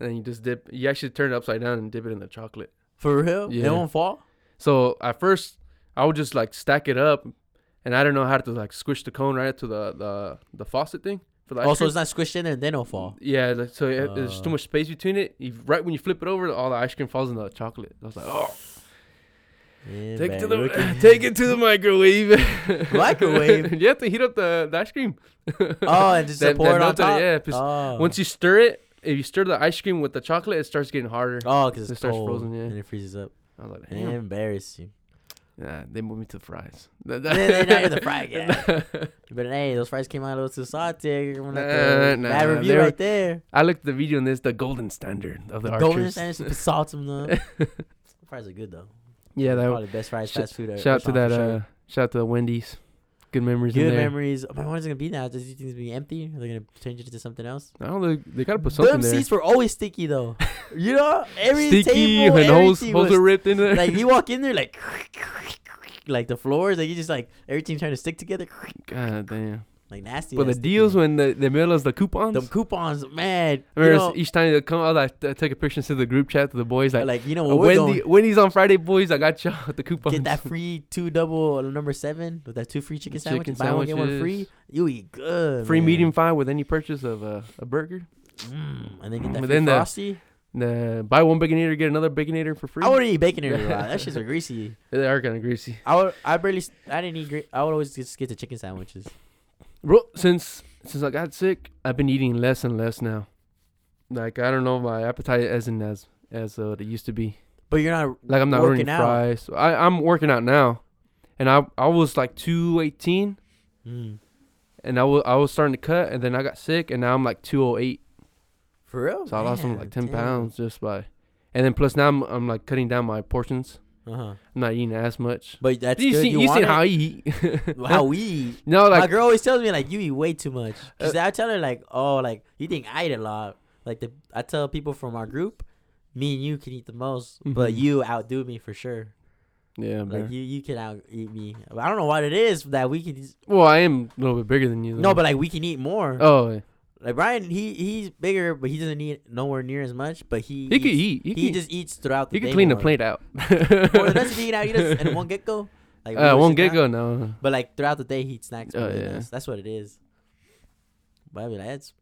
And then you just dip. You actually turn it upside down and dip it in the chocolate. For real? Yeah. It won't fall. So at first, I would just like stack it up, and I don't know how to like squish the cone right to the the the faucet thing for the ice Also, cream. it's not squished in and then it'll fall. Yeah, like, so it, there's Uh. too much space between it. You, right when you flip it over, all the ice cream falls in the chocolate. I was like, oh, Yeah, take it man, to the look at- take it to the microwave. Microwave? you have to heat up the, the ice cream. Oh, and just Then- pour then it on melt it, top. yeah, 'cause oh. Once you stir it, if you stir the ice cream with the chocolate, it starts getting harder. Oh, because It it's starts cold frozen, yeah. and it freezes up. I was like, damn. Embarrassing. Nah, they moved me to the fries. Th- Then- th- then now you're the fry guy. But hey, those fries came out a little too salty. Nah, Nah, nah, bad they review were- right there. I looked at the video and there's the golden standard of the Golden Archers. Standard super salt them though. fries are good though. Yeah, that Probably best fries sh- fast food. shout out to that. Uh, shout out to the Wendy's. Good memories in Good there. memories. Oh, My one is gonna be now. Does you think it's gonna be empty? Are they gonna change it to something else? I don't know. They gotta put something Them there. seats were always sticky though. you know, every Sticky table, and holes, everything holes was are ripped in there. like you walk in there like like the floors like you just like everything trying to stick together God damn. like nasty but ass the sticky. deals when the they mail us the coupons. them coupons man I you remember know, each time they come out, I, I take a picture to the group chat to the boys like, like, you know "Uh, what we're Wendy, Wendy's on Friday, boys. I got y'all the coupons. going get that free two double number seven with that two free chicken, Chicken sandwiches buy one get one free sandwiches. you eat good free man. medium five with any purchase of a, a burger. mm, and then get But that free then the- frosty Nah, buy one baconator, get another baconator for free. I wouldn't eat bacon in a lot that shit's greasy they are kind of greasy, I would I barely s- I didn't eat gre- I would always just get the chicken sandwiches bro. Since since I got sick, I've been eating less and less now. Like I don't know, my appetite isn't as as uh, it used to be. but you're not Like I'm not Working ordering out. fries. I I'm working out now, and I I was like two eighteen, mm, and I was I was starting to cut, and then I got sick, and now I'm like two oh eight. for real So I lost some Oh, Man, like ten damn. pounds just by, and then plus now I'm I'm like cutting down my portions. uh-huh I'm not eating as much. but that's you good see you, you, want seen it? how I eat? how we eat. no, my like girl always tells me like you eat way too much. 'Cause Uh, I tell her like, oh, like you think I eat a lot. Like the, I tell people from our group, me and you can eat the most, but Mhm. you outdo me for sure. yeah, bro. Like you, you can out eat me. I don't know what it is that we can. Well, I am a little bit bigger than you. No, though. but like we can eat more. oh, yeah. Like Brian, he he's bigger, but he doesn't eat nowhere near as much. But he he could eats- eat. He, He, could, just eats throughout the he day. could clean the more. plate out. Or the doesn't eat out. He does and one get go. Like we Uh, were won't sitting down- get go no. But like throughout the day, he eats snacks. Oh, more than yeah. us. that's what it is. But I mean, that's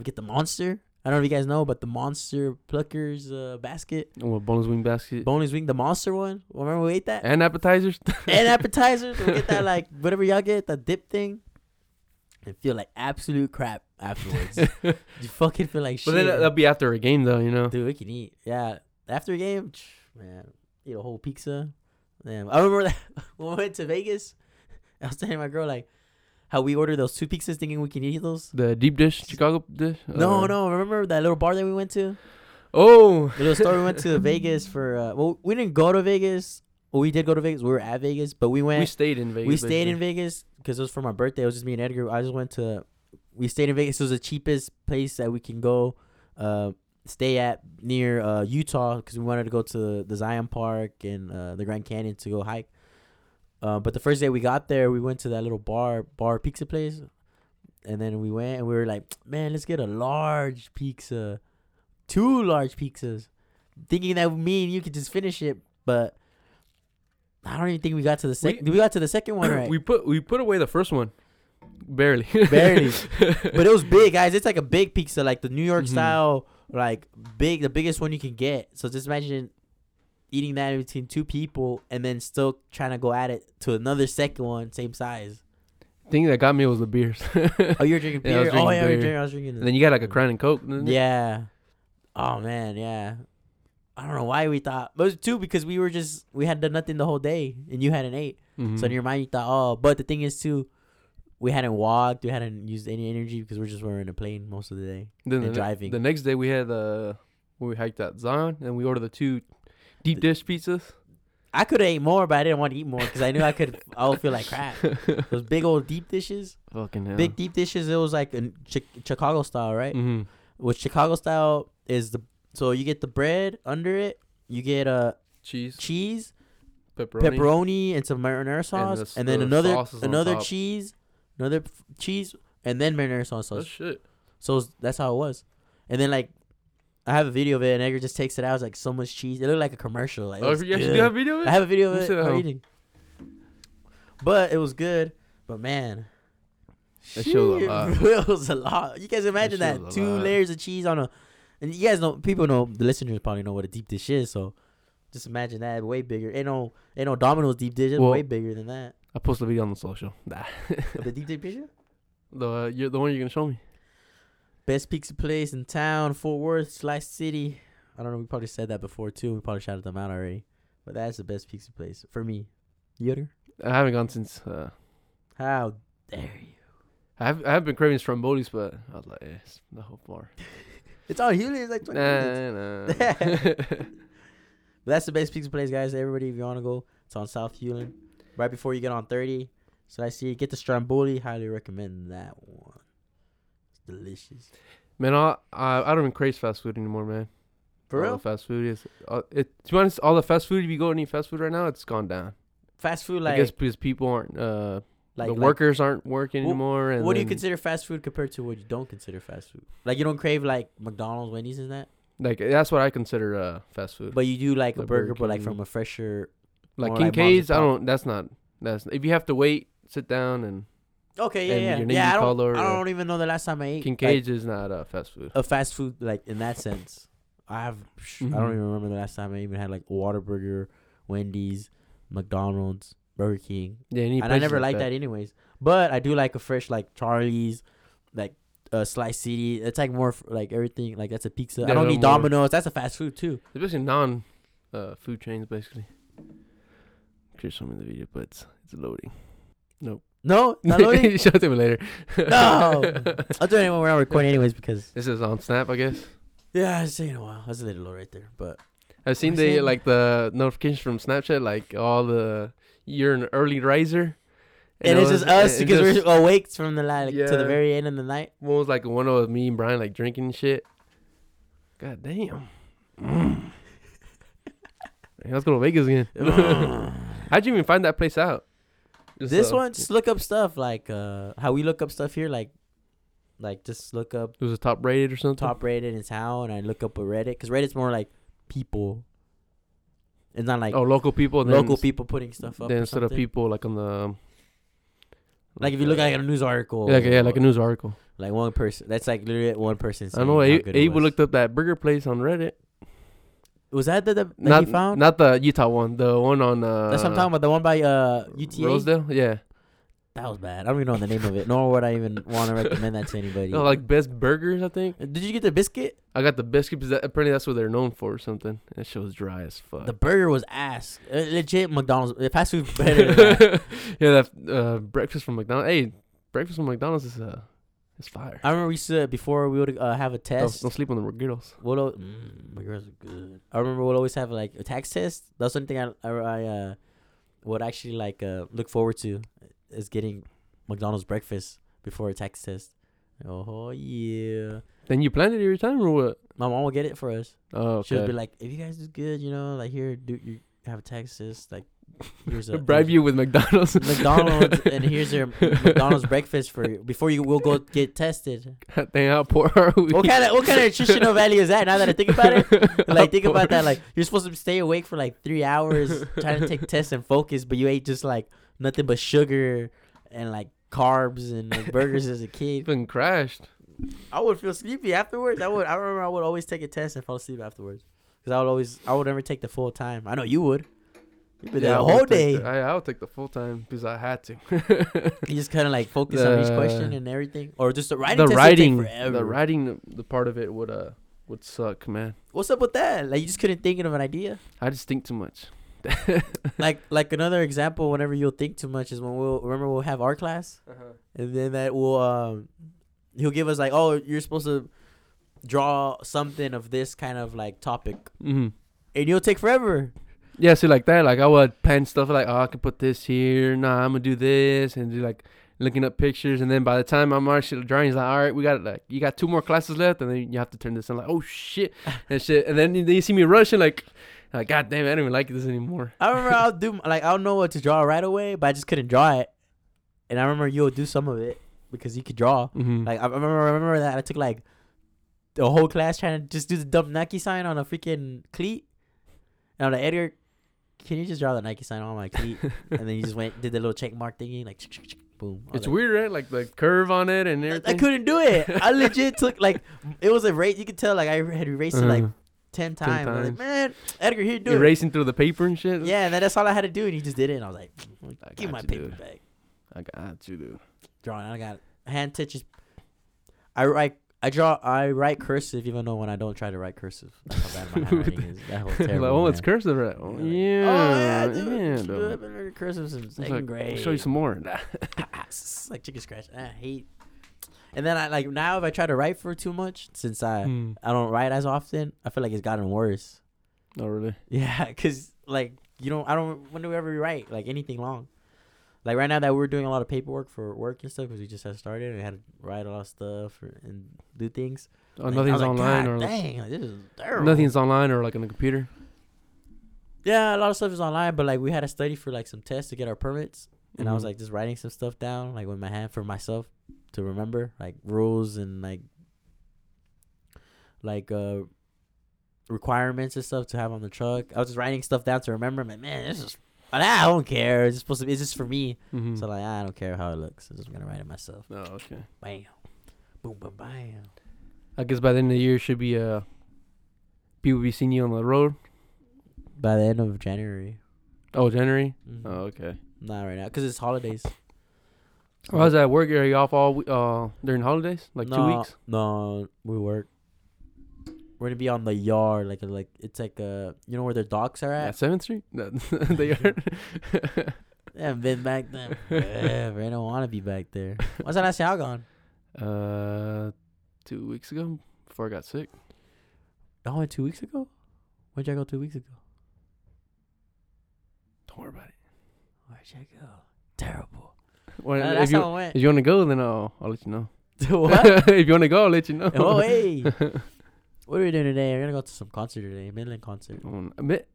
we get the monster. I don't know if you guys know, but the monster pluckers uh, basket, Well, boneless wing basket boneless wing, the monster one. Remember we ate that and appetizers. and appetizers. We get that like whatever y'all get, the dip thing, and feel like absolute crap afterwards. you fucking feel like shit. But then that- that'll be after a game, though, you know. Dude, we can eat. Yeah. After a game, man, eat a whole pizza. Damn. I remember that when we went to Vegas, I was telling my girl, like, how we ordered those two pizzas thinking we can eat those. The deep dish, Chicago dish. No, uh, no. Remember that little bar that we went to? Oh, The little store we went to Vegas for, uh, well, we didn't go to Vegas. Well, we did go to Vegas. We were at Vegas, but we went, we stayed in Vegas. we stayed in basically. Vegas because it was for my birthday. It was just me and Edgar. I just went to. We stayed in Vegas. It was the cheapest place that we can go, uh, stay at near uh, Utah because we wanted to go to the Zion Park and uh, the Grand Canyon to go hike. Uh, but the first day we got there, we went to that little bar, bar pizza place, and then we went and we were like, "Man, let's get a large pizza, two large pizzas," thinking that me and you could just finish it. But I don't even think we got to the second. We, got to the second one right. we put we put away the first one, barely. Barely. but it was big, guys. It's like a big pizza, like the New York Mhm. style, like big, the biggest one you can get. So just imagine eating that between two people and then still trying to go at it to another second one, same size. thing that got me was the beers. Oh, you were drinking Yeah, beer. I was oh drinking yeah, we were beer. drinking, I was drinking. And then you got like a Crown and Coke. didn't you? yeah. Oh man, yeah. I don't know why we thought, but it was two because we were just we had done nothing the whole day, and you hadn't ate. Mhm. So in your mind, you thought, oh, but the thing is too, we hadn't walked, we hadn't used any energy because we're just we were in a plane most of the day. then the, and ne- driving. the next day we had uh we hiked out Zion and we ordered the two deep dish pizzas. I could have ate more, but I didn't want to eat more because I knew I could. I would feel like crap. Those big old deep dishes, Fucking hell. big deep dishes. It was like in Chi- Chicago style, right? Mhm. What Chicago style is the so you get the bread under it, you get uh cheese, cheese, pepperoni. pepperoni, and some marinara sauce, and, the s- then the another sauce is on another top. cheese, another f- cheese, and then marinara sauce. Oh sauce. shit. So it's- that's how it was. And then like, I have a video of it, and Edgar just takes it out. It's like so much cheese. It looked like a commercial. Like, it Oh, was you actually good. do have video of I it? have a video of You it said her how- eating. But it was good. But man, That shit was a shit, lot. it was a lot. You guys imagine shit that, was a two lot. layers of cheese on a, and you guys know people know the listeners probably know what a deep dish is. So just imagine that way bigger. Ain't no ain't no Domino's deep dish. It's Well- way bigger than that. I posted a video on the social. Nah. But the deep dish pizza, the uh, you're, the one you're gonna show me. best pizza place in town, Fort Worth, Slice City. I don't know. We probably said that before too. We probably shouted them out already. But that's the best pizza place for me. Yoder, I haven't gone since. Uh, how dare you? I have I have been craving Stromboli's, but I was like, eh, it's the whole bar. It's all Hewlett. It's like 20 Nah, minutes. nah. nah. But that's the best pizza place, guys. Everybody, if you want to go, it's on South Hewlin. Right before you get on 30. So I see. Get the Stromboli. Highly recommend that one. It's delicious. man, I, I I don't even crave fast food anymore, man. For all real? the fast food is. Uh, it, to be honest, all the fast food. If you go to any fast food right now, it's gone down. fast food, I like, guess because people aren't. Uh, like the like, workers aren't working Wh- anymore. And What do you then, consider fast food compared to what you don't consider fast food? Like, you don't crave, like, McDonald's, Wendy's, and that. Like that's what I consider uh, fast food. But you do, like, a Like burger, Burger but, like, King. from a fresher. like more like Kincaid's, moms and I pop. don't. That's not. That's if you have to wait, sit down, and Okay, yeah, And yeah. your name yeah, you I don't, call or- I don't even know the last time I ate. like, Kincaid's is not uh, fast food. a fast food like in that sense. I have I Mhm. don't even remember the last time I even had like Waterburger, Wendy's, McDonald's, Burger King, Yeah, any and I places never like liked that. anyways. But I do like a fresh like Charlie's, like uh, Slice City. It's like more f- like everything like that's a pizza. I Yeah, don't no need more- Domino's. That's a fast food too. Especially non uh, food chains, basically. Chris showed me the video, but it's, it's loading. No, not loading. Show it to me later. no, I'll do it when we're not recording anyways because This is on Snap, I guess. yeah, it's taking a while. That's a little low right there, but I've seen I the said- like the notifications from Snapchat, like all the you're an early riser, and, it's it was- just us and because just- we're awake from the night like, to the Yeah. very end of the night. one was like one of me and Brian like drinking and shit. God damn. Mm. Hey, let's go to Vegas again. How'd you even find that place out? Just, this uh, one just look up stuff like uh how we look up stuff here like like just look up It was a top rated or something. top rated in town and I look up a Reddit because Reddit's more like people. It's not like oh, local people. Then local people putting stuff up. Then or instead of something. people like on the. um, like if you look at like, a news article, like yeah, like a or, news article. like one person. That's like literally one person. I don't know. saying how A- good it Abe was. looked up that burger place on Reddit. Was that the, the that Not he found? not the Utah one, the one on. Uh, That's what I'm talking about. The one by uh UTA. Rosedale, yeah. That was bad. I don't even know the name of it. Nor would I even want to recommend that to anybody. No, like best burgers, I think. Did you get the biscuit? I got the biscuit because that, apparently that's what they're known for or something. That shit was dry as fuck. The burger was ass. Uh, Legit McDonald's. uh, Fast food better. Than that. yeah, that uh, breakfast from McDonald's. Hey, breakfast from McDonald's is uh, is fire. I remember we used to before we would uh, have a Don't, test. don't sleep on the Rigidos. We'll, al- mm, my girls are good. I remember we'll always have like a tax test. That's one thing I I, I uh, would actually like uh, look forward to is getting McDonald's breakfast before a tax test. Oh yeah, Then you planned it every time or what? my mom will get it for us. Oh, okay. She'll be like, if you guys do good, you know, like here, do you have a tax test? Like here's a bribe here's you with McDonald's. McDonald's, and here's your McDonald's breakfast for you before you will go get tested. Dang, how poor are we? What kind of what kind of nutritional value is that? Now that I think about it, like think about that. Like you're supposed to stay awake for like three hours trying to take tests and focus, but you ate just like nothing but sugar and like carbs and like, burgers as a kid. even crashed. I would feel sleepy afterwards. I would. I remember I would always take a test and fall asleep afterwards because I would always. I would never take the full time. I know you would. You'd be there I the would whole take day. The, I, I would take the full time because I had to. You just kind of like focus on each question The- and everything, or just the writing. the test would take writing, forever. the writing, the part of it would uh would suck, man. What's up with that? Like you just couldn't think of an idea. I just think too much. like like another example whenever you'll think too much is when we'll remember we'll have our class and then that will um he'll give us like oh you're supposed to draw something of this kind of like topic Mm-hmm. and you'll take forever Yeah, see, like that, like I would plan stuff like, oh, I could put this here. Nah, I'm gonna do this, and do like looking up pictures, and then by the time I'm actually drawing, he's like, all right, we got like you got two more classes left, and then you have to turn this in. Like, oh shit, and shit, and then you- then you see me rushing, like, like god damn, it, I don't even like this anymore. i remember i'll do like i'll know what to draw right away but i just couldn't draw it and i remember you'll do some of it because you could draw Mm-hmm. like i remember I remember that i took like the whole class trying to just do the dumb nike sign on a freaking cleat and i'm like edgar can you just draw the nike sign on my cleat and then you just went did the little check mark thingy, like boom. I was it's like, weird, right? Like the curve on it and everything. I, I couldn't do it. I legit took like it was a race. You could tell like I had erased it like Uh-huh. ten times. I was like, times. man, Edgar, here, do erasing through the paper and shit. it. Yeah, and then that's all I had to do, and he just did it. And I was like, I give got my you, paper dude. back. I got you, dude. Drawing, I got hand touches. I write. I draw. I write cursive, even though when I don't try to write cursive. That's how bad my handwriting is. That was Like, terrible. oh, it's man. cursive, right? Oh, Like, yeah, oh yeah, dude. yeah, dude, dude. I've been learning cursive since I was second like, grade. I'll show you some more. Ah, like chicken scratch. Ah, I hate. And then I like now if I try to write for too much since I Hmm. I don't write as often, I feel like it's gotten worse. Not really. Yeah, cause like you don't I don't when do we ever write like anything long? Like right now that we're doing a lot of paperwork for work and stuff because we just had started and we had to write a lot of stuff or, and do things. Oh, Like, I nothing's was like, online "God or dang, like, this is terrible. nothing's online or like on the computer. Yeah, a lot of stuff is online, but like we had to study for like some tests to get our permits, and I was Mhm. like just writing some stuff down, like with my hand for myself to remember, like rules and like like uh requirements and stuff to have on the truck. I was just writing stuff down to remember. I'm like, man, this is I don't care. It's supposed to be. It's just for me. Mhm. So like, I don't care how it looks. I'm just gonna write it myself. oh, okay. Bam, boom, boom, bam. I guess by the end of the year should be uh people be seeing you on the road. By the end of January. Oh, January. Mhm. Oh, okay. Not right now, cause it's holidays. I was at work. Are you off all we- uh during holidays? Like two No, weeks? No, we work. We're gonna be on the yard, like a, like it's like a you know where their docks are At at. Seventh Street? No, they are. Yeah, haven't been back there. forever. I don't want to be back there. When's the last time y'all gone? uh, two weeks ago before I got sick. Y'all went two weeks ago. Where'd y'all go two weeks ago? Don't worry about it. Where'd y'all go? Terrible. Well, Uh, if last time you I went. if you want to go, then I'll I'll let you know. what? if you want to go, I'll let you know. oh hey, what are we doing today? We're gonna go to some concert today, Midland concert. Um, a bit-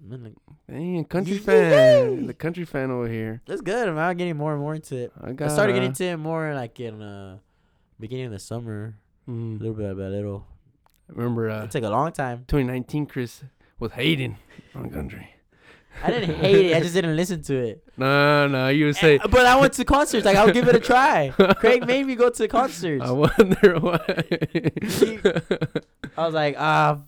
Midland. Dang, country Yee- fan. yay. The country fan over here. That's good. man. I'm getting more and more into it. I I got. started uh, getting into it more like in uh beginning of the summer, a mm, little bit by little. remember uh, It took a long time. 2019 Chris was hating on country. I didn't hate it. I just didn't listen to it. No, no, you would say. Eh, But I went to concerts. Like I'll give it a try. Craig made me go to concerts. I wonder why. I was like, ah,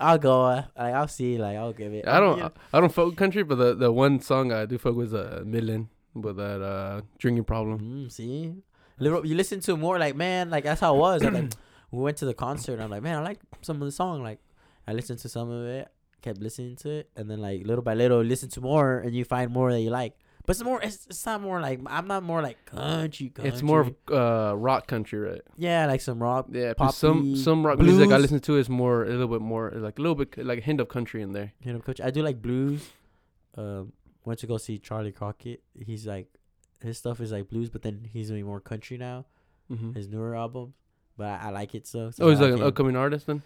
I'll go. Like I'll see. Like I'll give it. I don't, I, don't fuck country, but the, the one song I do fuck was uh, Midland with that uh, drinking problem. Mm, see, little you listen to more. Like man, like that's how it was. I like we went to the concert. I'm like, man, I like some of the song. Like I listened to some of it. Kept listening to it, and then like little by little, listen to more, and you find more that you like. But it's more. It's, it's not more like I'm not more like country. country. It's more of uh, rock country, right? yeah, like some rock. Yeah, 'cause some Poppy, some rock music I blues. listen to is more a little bit more like a little bit like a hint of country in there. You know, coach. I do like blues. Um, went to go see Charlie Crockett. He's like his stuff is like blues, but then he's doing more country now. Mm-hmm. His newer album, but I, I like it so. so Oh, he's I like an can- upcoming artist then.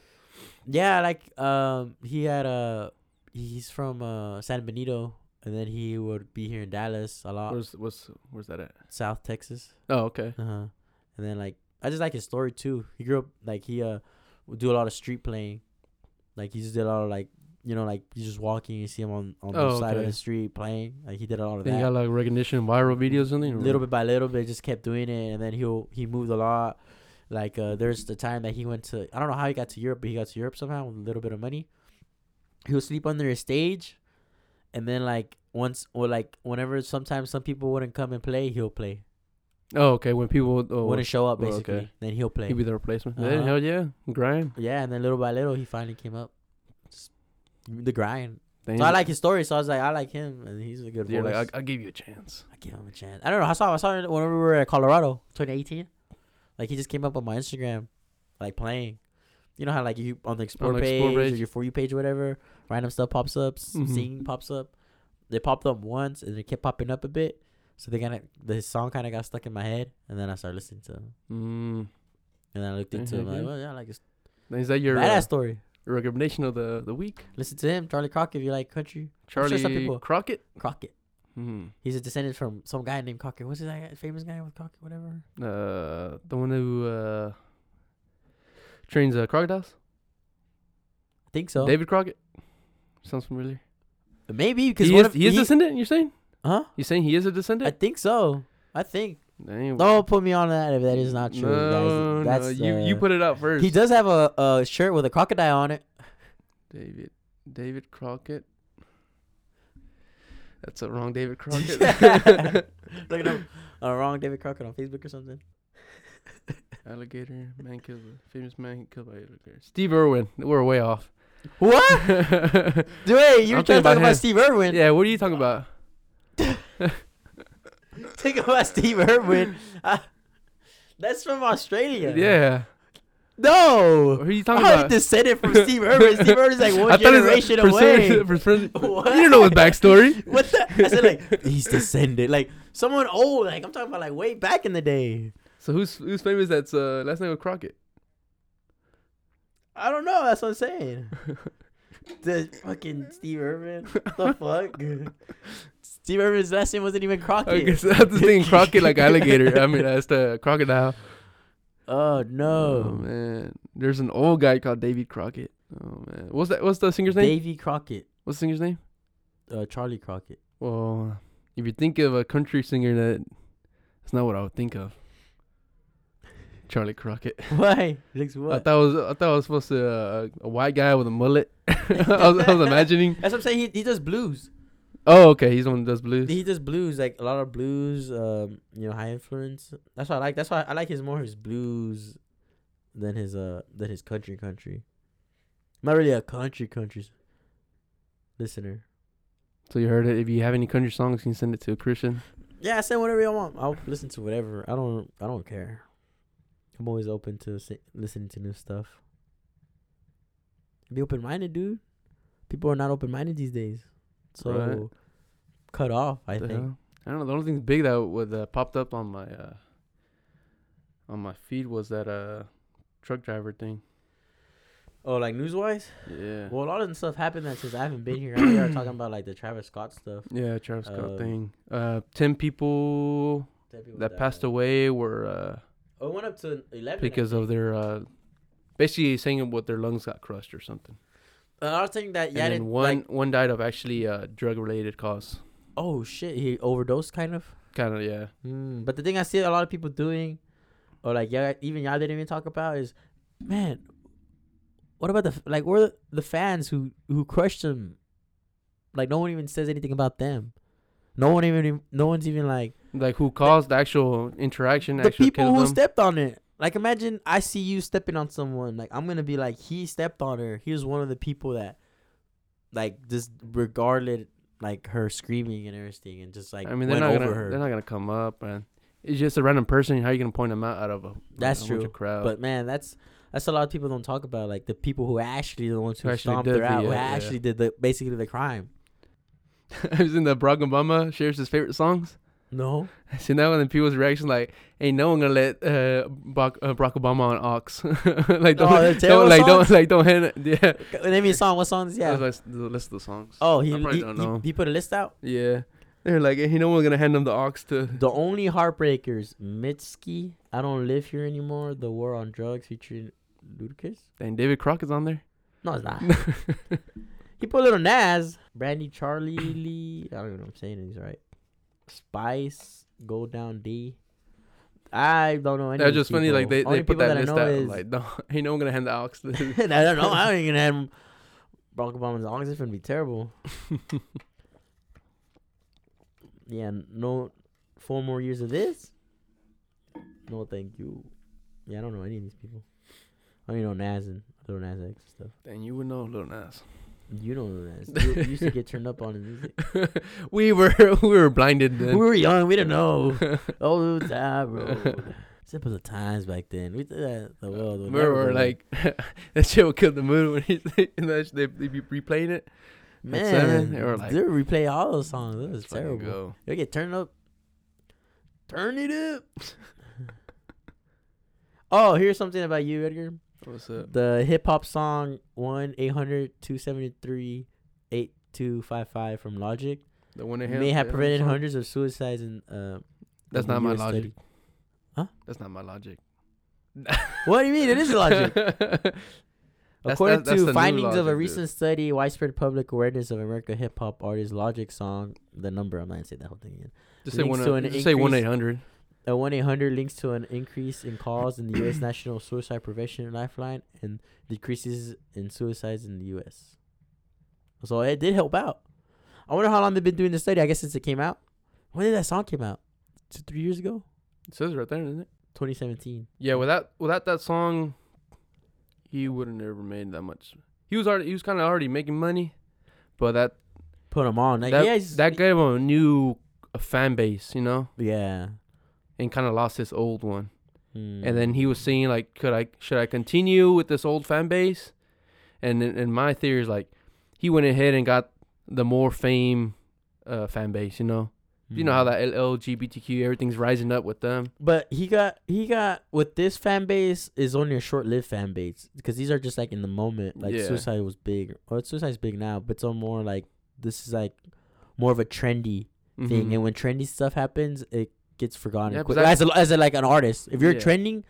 Yeah, like um, he had a he's from uh San Benito, and then he would be here in Dallas a lot, Where's what's where's that at? South Texas. Oh, okay. Uh huh. And then like I just like his story too. He grew up like he uh would do a lot of street playing, like he just did a lot of like you know like you just walking, you see him on on the Oh, side of okay. the street playing. Like he did a lot of Then you got that. like recognition, viral videos, or something. or- Little bit by little, they just kept doing it, and then he will he moved a lot. Like uh, there's the time that he went to I don't know how he got to Europe, but he got to Europe somehow with a little bit of money. He would sleep under a stage, and then like once or like whenever sometimes some people wouldn't come and play, he'll play. Oh, okay. When people oh, Wouldn't show up oh, okay. basically, then he'll play. he'd be the replacement. Yeah, Uh-huh. hell yeah, grind. Yeah, and then little by little, he finally came up. Just the grind. Dang. So I like his story, so I was like, I like him, and he's a good You're voice. like, Like, I, I give you a chance. I, give him a chance. I don't know. I saw I saw him when we were at Colorado, 2018. Like he just came up on my Instagram, like playing. You know how like you on the explore, the page, Explore or page. your for you page, or whatever, random stuff pops up, s- Mhm. singing pops up. They popped up once, and they kept popping up a bit. So they kind of the song kind of got stuck in my head, and then I started listening to him, Mm. and then I looked Yeah, into him. heck Like, yeah. well, yeah, I like his Is that your Mm-hmm, uh, badass story. recommendation of the the week? Listen to him, Charlie Crockett. If you like country, sure Charlie some people- Crockett. Crockett. Hmm. He's a descendant from some guy named Crockett. What's his guy, famous guy with Crockett? Whatever. Uh, the one who uh, trains uh, crocodiles. I think so. David Crockett. Sounds familiar. Maybe because He one is, of he is he- descendant. You're saying? Huh? You're saying he is a I descendant? think so. I think. Dang, Don't put me on that if that is not true, No, guys. That's no, you. You uh, put it out first. He does have a, a shirt with a crocodile on it. David David Crockett. That's a wrong David Crockett. Look at him. Uh, wrong David Crockett on Facebook or something. alligator man killed by- famous man killed by alligator. Steve Irwin. We're way off. What? Dude, you were trying I'm to thinking talk about about him. Steve Irwin. yeah, what are you talking about? Think about Steve Irwin. I- that's from Australia. Yeah. No. What are you How talking are you about? descended from Steve Irwin? Steve Irwin's like one I thought it was, uh, generation percent- away. percent- What? You don't know his backstory. What the? I said like he's descended, like someone old. Like I'm talking about like way back in the day. So who's who's famous? That's uh, last name of Crockett. I don't know. That's what I'm saying. The fucking Steve Irwin. The fuck? Steve Irwin's last name wasn't even I Crockett. guess that's the thing. Crockett like alligator. I mean, that's the crocodile. Oh Oh no, man, there's an old guy called David Crockett. Oh man, what's that? What's the singer's name? Davy Crockett, What's the singer's name? uh, Charlie Crockett. Well, if you think of a country singer, that that's not what I would think of. Charlie Crockett. Why? Looks I what? thought I was I thought I was supposed to uh, a white guy with a mullet. I, was, I was imagining. That's what I'm saying. He, he does blues. Oh, okay, he's the one that does blues. he does blues like a lot of blues um you know high influence that's why i like that's why i like his more his blues than his uh than his country country I'm not really a country country s- listener So you heard it. If you have any country songs, you can send it to Christian. yeah send whatever you want i'll listen to whatever i don't i don't care i'm always open to si- listening to new stuff be open-minded dude people are not open-minded these days so Right. cut off i The think hell? I don't know. The only thing big that would uh, popped up on my uh, on my feed was that uh truck driver thing. oh like news-wise Yeah. Well, a lot of the stuff happened that since I haven't been here. We are talking about like the Travis Scott stuff. Yeah, Travis Scott Uh, thing. Uh, ten people that passed away were uh, Oh, it went up to eleven. because of their uh, basically saying what their lungs got crushed or something. a lot of things that And yeah, I then didn't, one like, one died of actually uh, drug related cause. oh shit, he overdosed kind of. Kind of yeah. Mm, but the thing I see a lot of people doing, or like yeah, even y'all didn't even talk about is, man, what about the f- like were the fans who who crushed him? Like no one even says anything about them. No one even no one's even like. Like who caused the actual interaction? the actually people killed who them. stepped on it. Like imagine I see you stepping on someone. Like I'm gonna be like, he stepped on her. He was one of the people that, like, just regarded like her screaming and everything, and just like I mean, they're went not over gonna her. they're not gonna come up, man. It's just a random person. How you gonna point them out out of a That's a true, bunch of crowd? but man, that's that's a lot of people don't talk about. Like the people who actually the ones who, Who actually stomped did her out, the, who uh, yeah. actually did the basically the crime. I was in the Barack Obama shares his favorite songs. No. See now and then people's reaction like, ain't no one gonna let uh, Barack, uh, Barack Obama on Ox. like don't, Oh, the Taylor don't like songs? don't like don't hand yeah. Name me a song. What songs? yeah. Yeah. Let's list the songs. oh, he I probably he, don't he- know. he put a list out. Yeah, they're like ain't no one gonna hand them the Ox to. The only heartbreakers: Mitski, I don't live here anymore. The war on drugs featuring Ludacris. Dang, David Crockett's on there. No, it's not. he put little Nas, Brandy, Charlie Lee. I don't even know what I'm saying. He's right. Spice, Go Down D. I don't know any. That's of these just funny. Like people. Only they, they put people that, I list know out. is- Like no, ain't no one gonna hand the Ox to. I don't know. I don't even have him. Barack Obama's August is gonna be terrible. yeah, no, four more years of this. No, thank you. Yeah, I don't know any of these people. I don't even know Nas and little Nas X and stuff. Then you would know, little Nas. You don't know Nas. You, you used to get turned up on his music. we were we were blinded We then. were young. We didn't know. Oh, Old time road. Simple the times back then. We thought that the world. would never Remember, go we're like that shit would kill the mood when he and that sh- they they be replaying it. away. at man, seven, they were like, they replay all those songs. It was Let's fucking terrible. go. Yo, get turn up. Turn it up. oh, here's something about you, Edgar. What's up? The hip hop song 1 800 273 8255 from Logic The one that may him- have him prevented song? hundreds of suicides in. Uh, That's in the not my US logic. study. Huh? That's not my logic. What do you mean? It is logic. That's- According that- that's to the new findings of a logic, dude. recent study, widespread public awareness of American hip hop artist Logic song, the number, I'm not going to say that whole thing again. just say Links one. to an Just say one increase- eight hundred. A 1 800 links to an increase in calls in the U.S. National Suicide Prevention Lifeline and decreases in suicides in the U.S. So it did help out. I wonder how long they've been doing the study. I guess since it came out. When did that song came out? Two, three years ago? It says right there, isn't it? 2017. Yeah, without without that song, he wouldn't have ever made that much. He was already he was kind of already making money, but that Put him on. Like, that, yeah, he's- that gave him a new a fan base, you know, Yeah. and kind of lost his old one. Mm. And then he was seeing like, could I should I continue with this old fan base? And then- and my theory is like, he went ahead and got the more fame uh, fan base, you know. You Hmm. know how that LGBTQ everything's rising up with them. But he got he got with this fan base is only a short lived fan base because these are just like in the moment. Like Yeah. suicide was big. Well, suicide's big now, but it's on more like this is like more of a trendy thing. Mhm. And when trendy stuff happens, it gets forgotten Yeah, quick. 'cause I- As a, as a, like an artist, if you're Yeah. trending,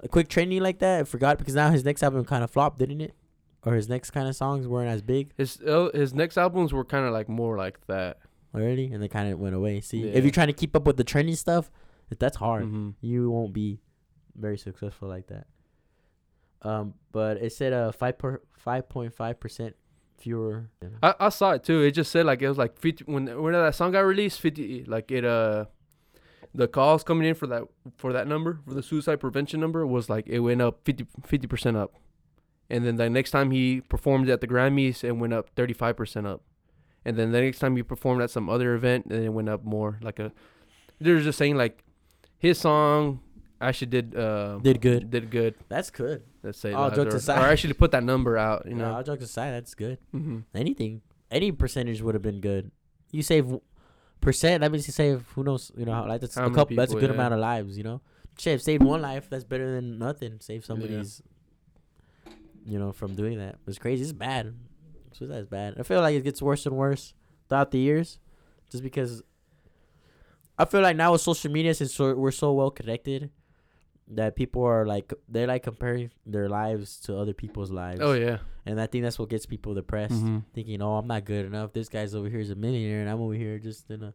a quick trending like that, I forgot because now his next album kind of flopped, didn't it? Or his next kind of songs weren't as big his uh, his next albums were kind of like more like that. already, and they kind of went away. See, Yeah. if you're trying to keep up with the trendy stuff, that's hard. Mhm. you won't be very successful like that. Um, but it said uh five per five point five percent fewer. I, I saw it too. It just said like it was like fifty when when that song got released, fifty like it uh the calls coming in for that for that number for the suicide prevention number was like it went up 50 percent up, and then the next time he performed at the Grammys, it went up thirty five percent up, and then the next time he performed at some other event, then it went up more. Like a they're just saying like his song actually did uh Did good. did good. That's good. Let's say All that, jokes or, aside. or actually put that number out. You You know, know, all jokes aside, that's good. hmm Anything, any percentage would have been good. You save w- percent. That means you save who knows. You know, how- like that's How a many couple. that's a people, good yeah. amount of lives. You know, shit, if saved one life. That's better than nothing. Save somebody's. You know, from doing that, it's crazy. It's bad. Suicide's bad. I feel like it gets worse and worse throughout the years, just because. I feel like now with social media, since so- we're so well connected, that people are like they're like comparing their lives to other people's lives. Oh yeah. and I think that's what gets people depressed Mhm. thinking, "Oh, I'm not good enough. This guy's over here is a millionaire, and I'm over here just in a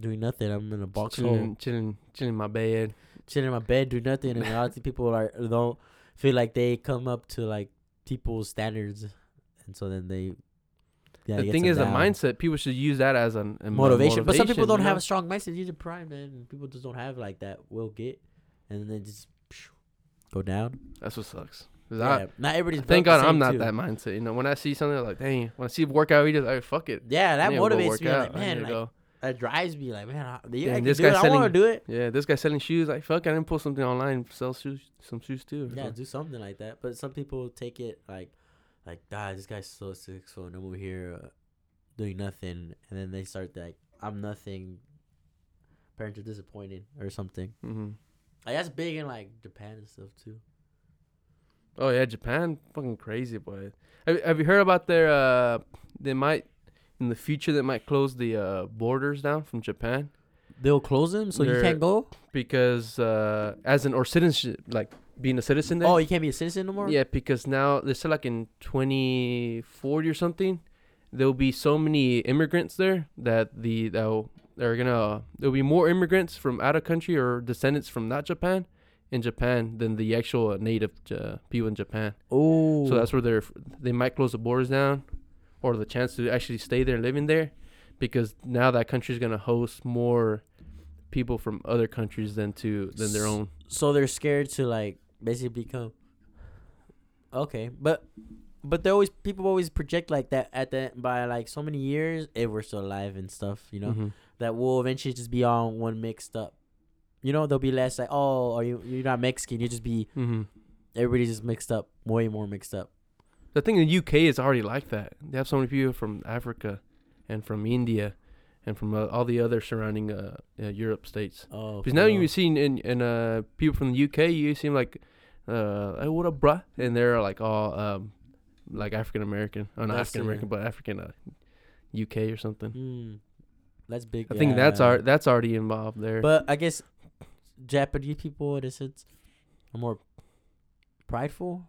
doing nothing. I'm in a box chilling, hole, in- chilling, chilling in my bed. chilling in my bed, do nothing." And a lot of people are don't feel like they come up to like people's standards, and so then they. Yeah, it the gets thing them is, the down. mindset. People should use that as an a motivation. mo- But some people motivation, don't you have know? a strong mindset. You're deprived, man. and People just don't have like that. Will get, and then just phew, go down. That's what sucks. 'Cause I- Yeah, not everybody's. built thank the God I'm same, not too. that mindset. You know, when I see something I'm like, dang, when I see workout videos, like fuck it. Yeah, that I need to go motivates work me. I'm out. Like, I man, need to like, go. that drives me. Like, man, I, yeah, Dang, I can this do it. guy's I want to selling- do it. Yeah, this guy selling shoes. Like fuck, I didn't pull something online. Sell shoes, some shoes too. or Yeah, something. do something like that. But some people take it like, like, God, this guy's so successful, and I'm over here uh, doing nothing, and then they start like, I'm nothing. parents are disappointed or something. hmm Like, that's big in like Japan and stuff too. Oh yeah, Japan, fucking crazy, boy. Have, have you heard about their? Uh, they might in the future they might close the uh, borders down from Japan They'll close them, so you They're- can't go. because uh, as an or citizenship, like being a citizen there. Oh, you can't be a citizen no more. Yeah, because now they said like in 2040 or something, there'll be so many immigrants there that the that they're gonna there'll be more immigrants from out of country or descendants from not Japan in Japan than the actual native uh, people in Japan. Oh, So that's where they're they might close the borders down, or the chance to actually stay there and living there, because now that country's gonna host more people from other countries than to than their S- own. so they're scared to like basically become. Okay, but but they always people always project like that at the by like so many years if we're still alive and stuff, you know. Mhm. that will eventually just be all one mixed up. You know, there'll be less like, oh, are you you're not Mexican? You just be Mhm. everybody's just mixed up, way more mixed up. The thing in the UK is already like that. They have so many people from Africa, and from India, and from uh, all the other surrounding uh, uh, Europe states. Oh, Because now you've seen in in uh, people from the UK, you seem like, uh, hey, what up, bruh? And they're like all um, like African American, or not That's African American, it. but African uh, UK or something. Mm, that's big. I think that's our yeah. that's already involved there. But I guess Japanese people, in a sense, are more prideful.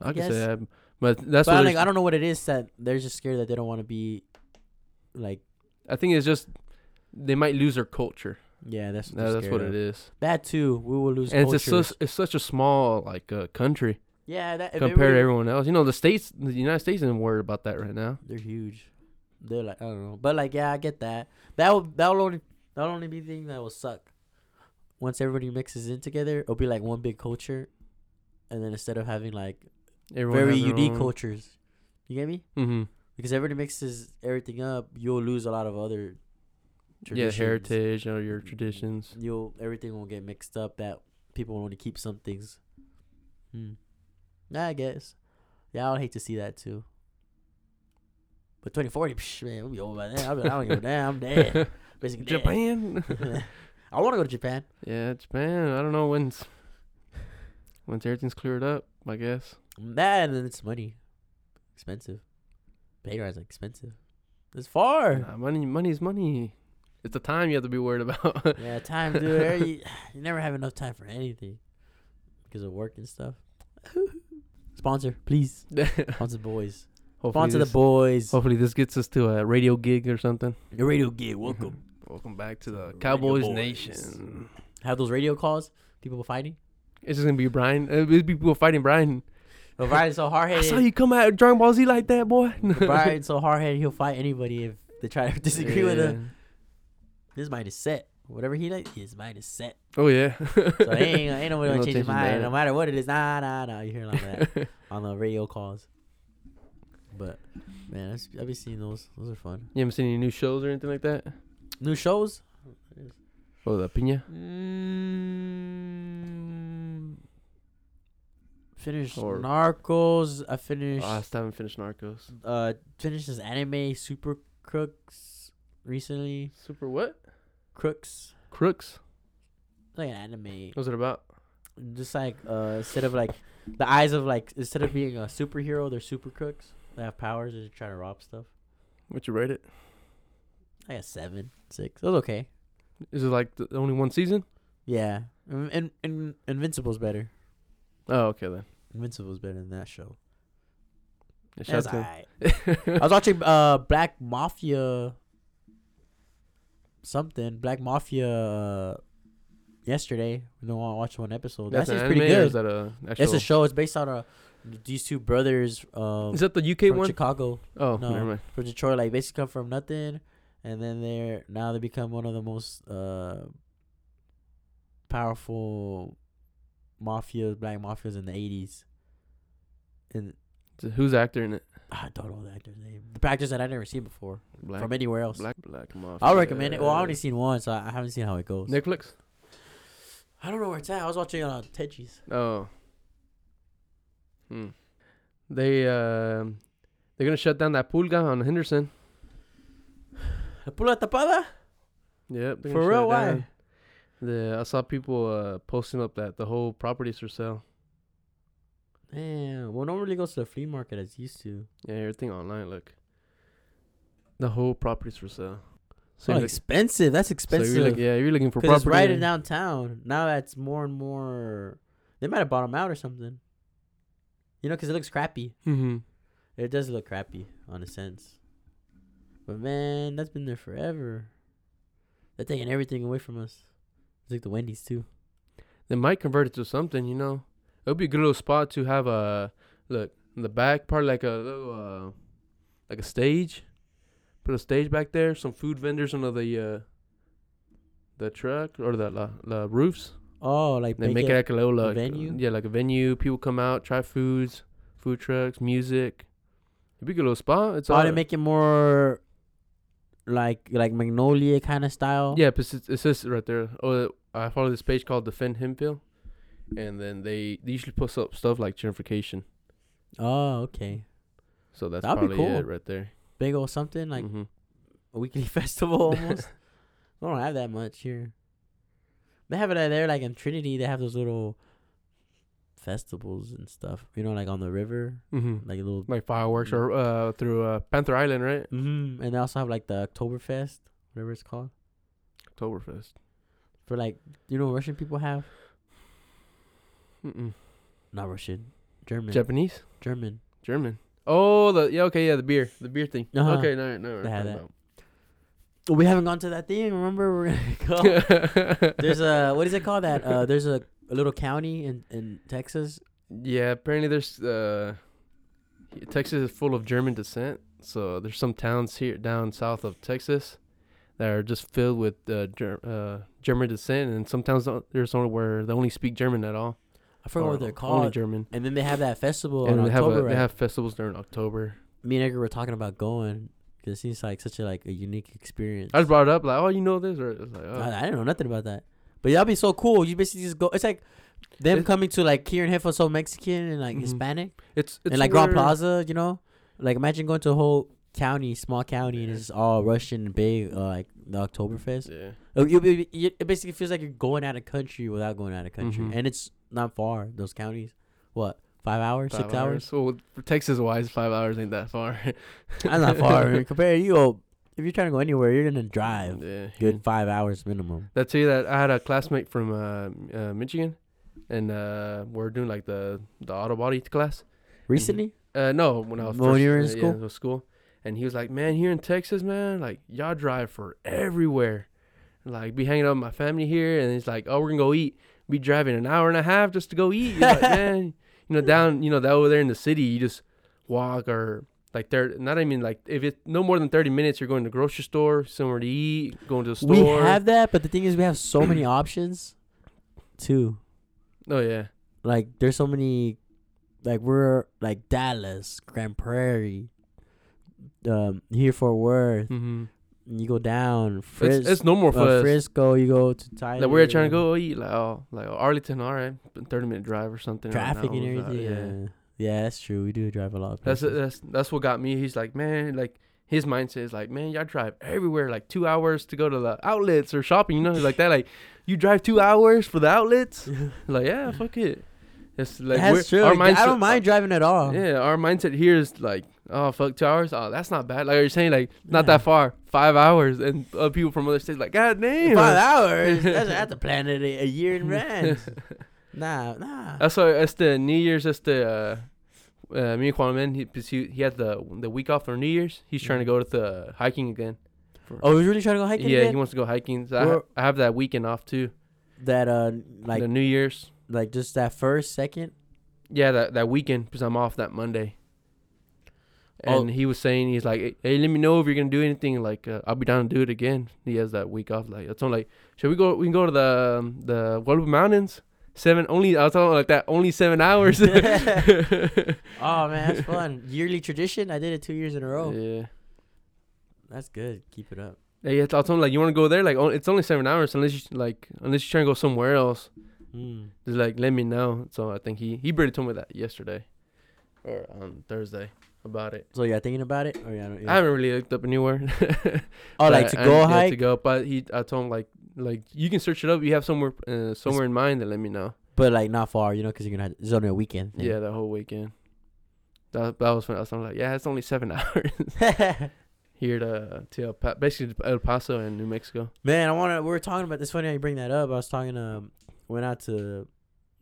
I, I can say guess- that. But that's but what like, it's- I don't know what it is that they're just scared that they don't want to be, like, I think it's just they might lose their culture. yeah, that's what That- that's what it is. is. That too, we will lose. And cultures. it's just, it's such a small like uh, country yeah, that if compared to everybody- everyone else. You know, the states, the United States isn't worried about that right now. They're huge. They're like I don't know, but like yeah, I get that. That would that will only that will only be the thing that will suck. Once everybody mixes in together, it'll be like one big culture, and then instead of having like Everyone very unique cultures, you get me? Mm-hmm. Because everybody mixes everything up, you'll lose a lot of other. Yeah, traditions. heritage or your traditions. You'll everything will get mixed up. That people will only keep some things. Hmm. Yeah, I guess. Yeah, I would hate to see that too. But 2040, psh, man, we'll be old by then. I'll be, I don't give a damn. I'm dead. Basically, dead. Japan. I want to go to Japan. yeah, Japan. I don't know when's once everything's cleared up. I guess. That and it's money, expensive. Plane rides are expensive. It's far. Nah, money, money's money. It's the time you have to be worried about. Yeah, time, dude. Every- You, never have enough time for anything because of work and stuff. Sponsor, please. Sponsor boys. hopefully, Sponsor the this- boys. hopefully this gets us to a radio gig or something. Your radio gig, Mm-hmm. welcome. Welcome back to the Radio Cowboys Boys. Nation. have those radio calls. People fighting. It's just gonna be Brian. It'll be people fighting Brian. But Brian's so hard I saw headed. you come out of Dragon Ball Z like that, boy. Brian's so hard headed. He'll fight anybody if they try to disagree with him. His mind is set. Whatever he like, his mind is set. Oh yeah. So ain't, ain't nobody No gonna change his changing mind, that. no matter what it is. Nah, nah, nah. You hear like that on the radio calls. But man, I've, s- I've been seeing those. Those are fun. You haven't seen any new shows or anything like that? New shows. Oh, the Pina. Mm, finished Or- Narcos. I finished. Oh, I still haven't finished Narcos. uh, finished this anime Super Crooks recently. Super what? Crooks. Crooks. It's like an anime. What's it about? just like uh instead of like the eyes of like instead of being a superhero they're super crooks they have powers and they try to rob stuff Would you rate it? i got seven six it was okay Is it like the, only one season? yeah and, and, and invincible's better Oh, okay then. invincible's better than that show Yeah, shout That's out to him. alright. i was watching uh black mafia something black mafia uh, yesterday no i watched one episode That's that an seems anime pretty or good Is that a actual? it's a show it's based on a these two brothers um Is that the UK from one? chicago oh, No. never mind. from Detroit, like basically come from nothing, and then they're now they become one of the most uh, powerful mafias, black mafias in the eighties. And So who's the actor in it? I don't know the actor's name. The actors that I never seen before Black. from anywhere else. Black. Black Mafia. I'll recommend it. Well, I only seen one, so I I haven't seen how it goes. Netflix. I don't know where it's at. I was watching it on Tetris. Oh. Hmm. They um, they're gonna shut down that pulga on Henderson. La pula tapada. Yep. they're gonna For shut real, it why? down. The I saw people uh, posting up that the whole property's for sale. Damn. Well, no one really goes to the flea market as used to. Yeah, everything online. Look, the whole property's for sale. So So, you're, look- expensive. That's so Oh, you're expensive. look- yeah, you're looking for Because it's property. right in downtown. Now it's more and more. They might have bought 'em out or something. You know, because it looks crappy. Mm-hmm. It does look crappy, on a sense. But man, that's been there forever. They're taking everything away from us. It's like the Wendy's too. They might convert it to something. You know, it would be a good little spot to have a look in the back part, like a little uh, like a stage. Put a stage back there. Some food vendors under the uh, the truck or the the, the roofs. Oh, like They make it like a little a like, uh, venue? Yeah, like a venue. People come out, try foods, food trucks, music. It'd be a good little spot. It's Oh, all. they make it more like like Magnolia kind of style. yeah, it's, it's this right there. Oh, I follow this page called Defend Himfield, and then they, they usually post up stuff like gentrification. Oh, okay. So that's That'd be probably cool. it right there. Big old something like Mhm. a weekly festival almost. we don't have that much here. They have it out there, like in Trinity. They have those little festivals and stuff. You know, like on the river, Mhm. like a little. like fireworks or uh, through uh, Panther Island, right? Mm-hmm. And they also have like the Oktoberfest, whatever it's called, Oktoberfest. for like you know Russian people have Mm-mm. not Russian, German, Japanese, German. German. Oh, the yeah, okay, yeah, the beer, the beer thing. Uh-huh. Okay, no, no, They had that. Oh, we haven't gone to that thing. Remember, we're gonna go. that. there's a what is it called? That uh, there's a, a little county in in Texas. Yeah, apparently there's uh, Texas is full of German descent, so there's some towns here down south of Texas that are just filled with uh, Ger- uh German descent, and sometimes there's only where they only speak German at all. I forgot or what they're Oh, Only called. German. And then they have that festival and in they October. have a, right? they have festivals during October. me and Edgar were talking about going because it seems like such a like a unique experience. I was brought up like, oh, you know this, or it's like, oh. I, I didn't know nothing about that, but that'd be so cool. You basically just go. It's like them It- coming to like here in Hefo, so Mexican and like Mhm. Hispanic it's it's and like Grand where- Plaza. You know, like imagine going to a whole county, small county, and it's just all Russian and big, uh, like the Oktoberfest. Yeah, It, it- it- it- it basically feels like you're going out of country without going out of country, Mhm. and it's not far. Those counties, what five hours, five six hours? So for Texas wise, five hours ain't that far. That's not far. man. Compared to you, go- if you're trying to go anywhere, you're gonna drive Yeah, good five hours minimum. That tell you that I had a classmate from uh, uh, Michigan, and uh, we're doing like the the auto body class. Recently, Uh, no, when I was When first, you were in uh, yeah, school? I was in school, and he was like, "Man, here in Texas, man, like y'all drive for everywhere, like be hanging out with my family here, and it's like, oh, we're gonna go eat. Be driving an hour and a half just to go eat. You're like, man, you know down, you know that over there in the city, you just walk or." Like there, not I mean like if it's no more than thirty minutes, you're going to the grocery store, somewhere to eat, going to the Mm-hmm. store. we have that, but the thing is, we have so many options, too. oh yeah, Like, there's so many. Like we're like Dallas, Grand Prairie, um, here Fort Worth. mm-hmm. and You go down Fris- it's, it's no more for uh, us. Frisco. You go to Tyler. Like we're trying to go eat, like oh, like oh, Arlington, all right, but thirty minute drive or something. or an Traffic and hour's out, everything. yeah. yeah, that's true. We do drive a lot. Of uh, That's places. that's that's what got me. He's like, man, like his mindset is like, man, y'all drive everywhere, like two hours to go to the outlets or shopping, you know, like that. Like you drive two hours for the outlets, like yeah, fuck it. It's like we're- that's true. Our Like, mindset, uh, I don't mind driving at all. Yeah, our mindset here is like, oh fuck, two hours. Oh, that's not bad. Like you're saying, like not Yeah. that far, five hours, and uh, people from other states like, god damn, Five hours. That's, that's a plan a, a year in advance. nah, nah. That's why that's the New Year's. That's the uh, uh, me and Juan Man. He, 'cause he he had the the week off for New Year's. He's trying to go to the hiking again. Oh, he's really trying to go hiking. yeah, again? he wants to go hiking. So I, Where- ha- I have that weekend off too. that uh like the New Year's. like just that first second Yeah, that that weekend because I'm off that Monday. Oh. And he was saying he's like, hey, let me know if you're gonna do anything. Like, uh, I'll be down to do it again. He has that week off. Like, it's only like, should we go? We can go to the um, the Guadalupe Mountains. Seven only. I was talking like that. Only seven hours. oh man that's fun yearly tradition i did it two years in a row Yeah. that's good keep it up Yeah, yeah, I told him like you want to go there, like on- it's only seven hours unless you like unless you're trying to go somewhere else. mm. Just like let me know. So I think he he barely told me that yesterday. or on Thursday about it. So you're thinking about it, or yeah, don't, I haven't really looked up anywhere. oh, like to But I- go yeah, hike, to go. But he, I told him like, like you can search it up. You have somewhere, uh, somewhere in mind, then let me know. but like not far, you know, because you're gonna have, it's only a weekend. Yeah, that whole weekend. That, that was when I was like, yeah, it's only seven hours Yeah. here to to El pa- basically to El Paso in New Mexico. Man, I wanna. We were talking about this. Funny how you bring that up. I was talking. Um, went out to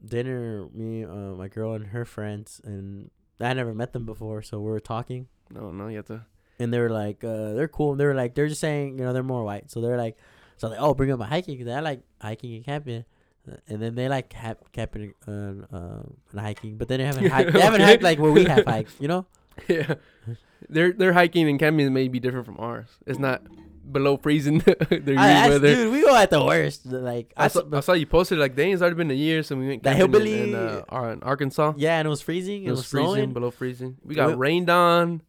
dinner. Me, uh, my girl, and her friends, and I never met them before, so we were talking, No, no, you have to. and they were like, uh, they're cool. They were like, they're just saying, you know, they're more white, so they're like, so like, oh, bring up my hiking 'cause I like hiking and camping. And then they like hap- camping uh, uh, and hiking, but they haven't hiked. They haven't Okay. hiked like where we have hiked, you know. Yeah, their their hiking and camping may be different from ours. It's not below freezing their I, I, that's- weather. dude, we go at the worst. Like I I, saw, sup- I saw you posted like, dang, it's already been a year since we went That camping in, hillbilly- in, uh, Ar- in Arkansas. yeah, and it was freezing. It, It was, was freezing, snowing. below freezing. We got Well- rained on.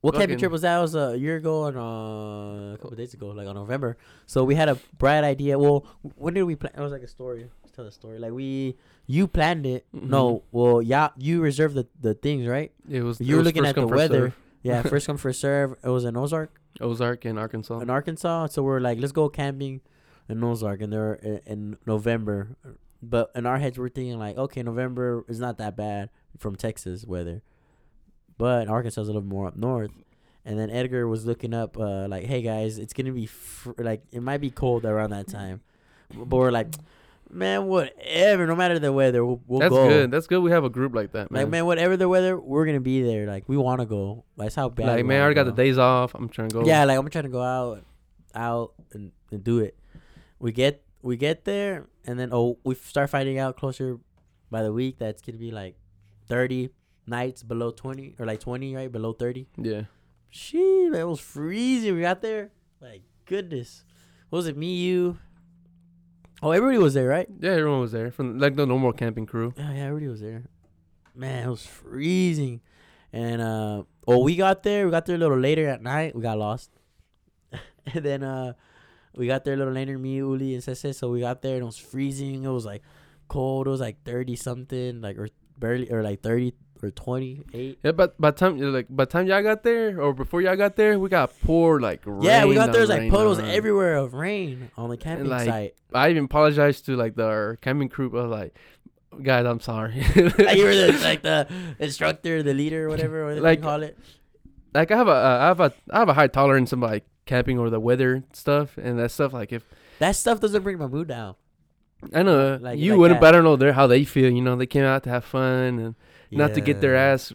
What camping Fucking- trip was that? It was a year ago and uh, a couple days ago, like on November. So we had a bright idea. Well, when did we plan? It was like a story. Let's tell the story. Like we, you planned it. No, well, yeah, you reserved the, the things, right? It was. You were it was looking first at the come, first weather. serve. Yeah, first come first serve. It was in Ozark, Ozark in Arkansas. in Arkansas. So we're like, let's go camping in Ozark, and they're in, in November. But in our heads, we're thinking like, okay, November is not that bad from Texas weather, but Arkansas is a little more up north. And then Edgar was looking up, uh, like, hey guys, it's gonna be fr- like it might be cold around that time, but we're like, man, whatever, no matter the weather, we'll, we'll That's go. good. That's good. We have a group like that, man. Like man, whatever the weather, we're gonna be there. Like we want to go. That's how bad. we Like, man, I wanna already got the go. days off. I'm trying to go. Yeah, like I'm trying to go out, out and, and do it. We get we get there, and then oh, we start finding out closer by the week that's gonna be like thirty nights below twenty or like twenty right below thirty. Yeah. Shit, man, it was freezing. We got there, like goodness, what was it? Me, you. Oh, everybody was there, right? Yeah, everyone was there from like the normal camping crew. Yeah, yeah, everybody was there. Man, it was freezing, and uh, well, we got there. We got there a little later at night. We got lost, and then uh, we got there a little later. Me, Uli, and Cece. So we got there, and it was freezing. It was like cold. It was like thirty something, like or barely, or like thirty or twenty eight. Yeah, but by time like by time y'all got there or before y'all got there, we got poor like Yeah, we rained got there. It on, was like rained puddles on. everywhere of rain on the camping like, site. I even apologized to like the our camping crew. I was like, guys, I'm sorry. Like you were the, like the instructor, the leader, or whatever, whatever Like, you call it. like I have a uh, I have a I have a high tolerance of like camping or the weather stuff and that stuff. Like if That stuff doesn't bring my mood down. I know Like- you like wouldn't, that. but I don't know their how they feel. You know, they came out to have fun and not to get their Yeah. ass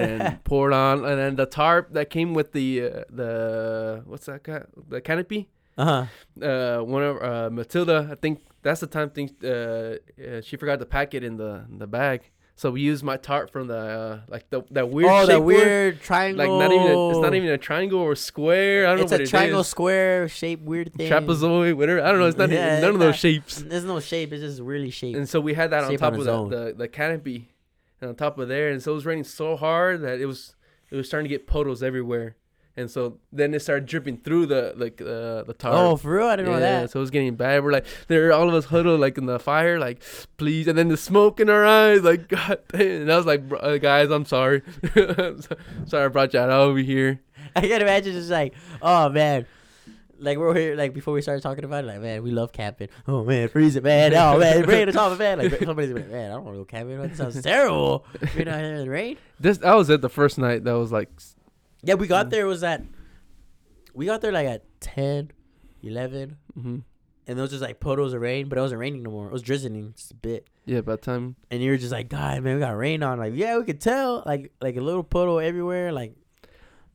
and poured on. And then the tarp that came with the uh, the what's that guy the canopy. Uh-huh. Uh, one of uh, Matilda, I think that's the time things. Uh, uh, she forgot to pack it in the in the bag. So we used my tarp from the uh, like the that weird oh, shape that one. weird triangle. like not even a, it's not even a triangle or square. I don't It's know what a it triangle is. square shape weird thing. trapezoid, whatever. I don't know. It's not Yeah, none of it's those not- shapes. There's no shape. It's just really shaped. And so we had that on Shape top on of its the, own. the the canopy, and on top of there. And so it was raining so hard that it was it was starting to get puddles everywhere. And so then it started dripping through the like uh, the tarp. Oh, for real? I didn't know Yeah, that. so it was getting bad. We're like, there, all of us huddled like in the fire, like, please. And then the smoke in our eyes, like, God damn. And I was like, "Bro- uh, guys, I'm sorry. I'm so- sorry I brought y'all over here. I can imagine just like, oh man. Like we're here, like before we started talking about it, like man, we love camping. Oh man, freezing, man. Oh man, rain on top of man. Like somebody's like, man, I don't want to go camping. That sounds terrible. You're not here in the rain. This I was at the first night that was like, s- Yeah, we Mm. got there. Was that? We got there like at 10, 11, mhm. and it was just like puddles of rain, but it wasn't raining no more. It was drizzling just a bit. yeah, by the time. and you were just like, God, man, we got rain on. Like, yeah, we could tell. Like, like a little puddle everywhere, like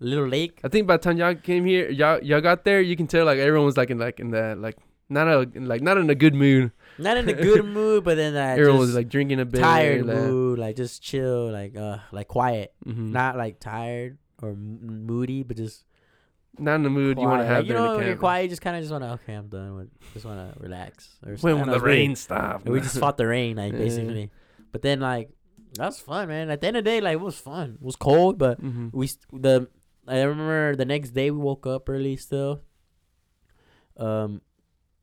little lake. I think by the time y'all came here, y'all y'all got there, you can tell like everyone was like in like in the like not a like not in a good mood. Not in a good mood, but then I everyone was just like drinking a bit, tired mood, like just chill, like uh, like quiet, hmm Not, not like tired or m- moody, but just in the mood quiet. you want to have like, you during know, the when you're camp. quiet, you just kind of just want to. Okay, I'm done. With, just want to relax. Or something. When I will know, the it's weird. rain stop? And we just fought the rain, like Yeah. basically. But then like that was fun, man. At the end of the day, like it was fun. It was cold, but Mhm. we st- the I remember the next day we woke up early still. Um,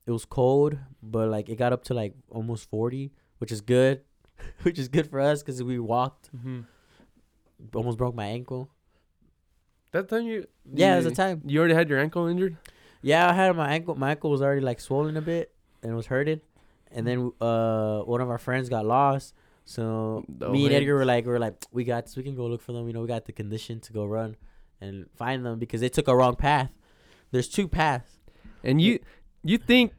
it was cold, but like it got up to like almost forty, which is good, which is good for us because we walked Mhm. almost broke my ankle. That time you Yeah, it was you, a time. you already had your ankle injured. Yeah, I had my ankle. My ankle was already like swollen a bit and it was hurting. And then uh, one of our friends got lost. So The me and Edgar were legs. like, we were like, we got this. We can go look for them. You know, we got the condition to go run and find them because they took a wrong path. There's two paths. And you you think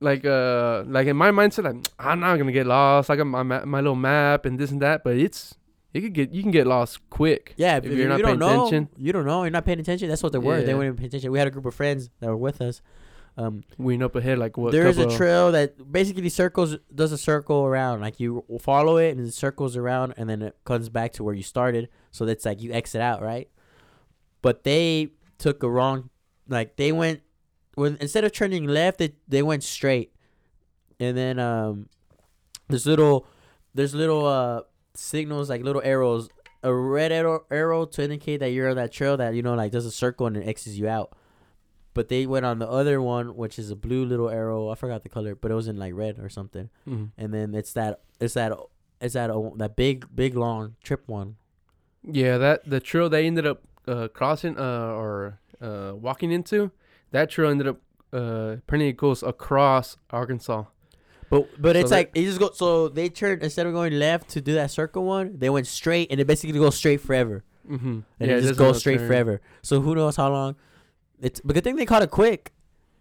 like uh like in my mindset like I'm not gonna get lost. I got my ma- my little map and this and that, but it's it could get you can get lost quick. Yeah, If if, you're you not don't paying know, attention. you don't know. You're not paying attention. That's what they were. They Yeah. weren't even paying attention. We had a group of friends that were with us. Um, We know up ahead like what there is a couple- trail that basically circles, does a circle around. Like you follow it and it circles around, and then it comes back to where you started. So that's like you exit out, right? But they took a wrong, like they went when instead of turning left, they they went straight, and then um, there's little, there's little uh signals like little arrows, a red arrow arrow to indicate that you're on that trail that you know like does a circle and it exits you out but they went on the other one, which is a blue little arrow. I forgot the color, but it was in like red or something. Mhm. And then it's that, it's that, it's that, oh, that big, big long trip one. Yeah, that the trail they ended up uh, crossing uh, or uh, walking into, that trail ended up uh, apparently it goes across Arkansas. But but So it's that- like it just go. So they turned instead of going left to do that circle one, they went straight, and it basically goes straight forever, Mm-hmm. and it just goes straight forever. So who knows how long? It's but good thing they caught it quick.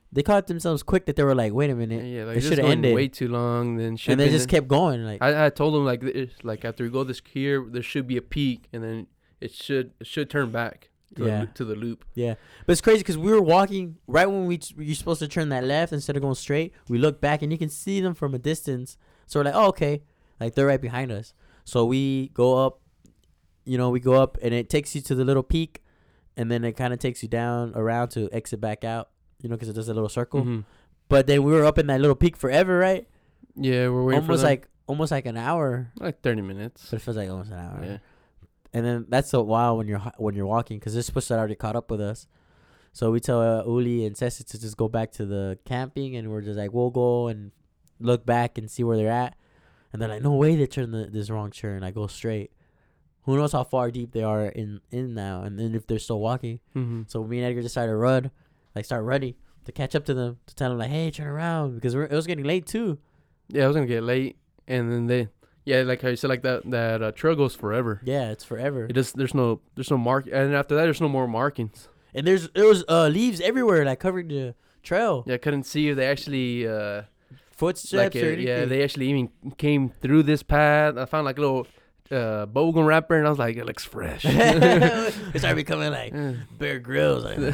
They caught themselves quick that they were like, wait a minute, Yeah, It like just should've going ended. way too long. Then and they shipping just it. kept going. Like I, I told him like th- it's like after we go this here, there should be a peak, and then it should it should turn back to, the Yeah. loo- to the loop. But it's crazy because we were walking right when we you're supposed to turn that left instead of going straight. We look back and you can see them from a distance. So we're like, oh okay, like they're right behind us. So we go up, you know, we go up and it takes you to the little peak, and then it kind of takes you down around to exit back out, you know, because it does a little circle. Mhm. But then we were up in that little peak forever, right? Yeah, we're waiting almost for them. like almost like an hour, like thirty minutes. but it feels like almost an hour Yeah, and then that's a while when you're hi- when you're walking because this push that already caught up with us. So we tell uh, Uli and Ceci to just go back to the camping, and we're just like, we'll go and look back and see where they're at. And they're like, no way, they turned the, this wrong turn. I go straight. Who knows how far deep they are in in now, and then if they're still walking. mm-hmm. So me and Edgar just started to run, like start running to catch up to them to tell them like, hey, turn around because we're, it was getting late too. yeah, I was gonna get late, and then they yeah, like how you said, like that that uh, trail goes forever. Yeah, it's forever. It just there's no there's no mark, and after that there's no more markings. And there's there was uh, leaves everywhere like covering the trail, Yeah, I couldn't see if they actually uh footsteps like or uh, anything. yeah they actually even came through this path. I found like a little uh bogan wrapper, and I was like, it looks fresh. Mm-hmm. it started becoming like Yeah. Bear Grylls. Like,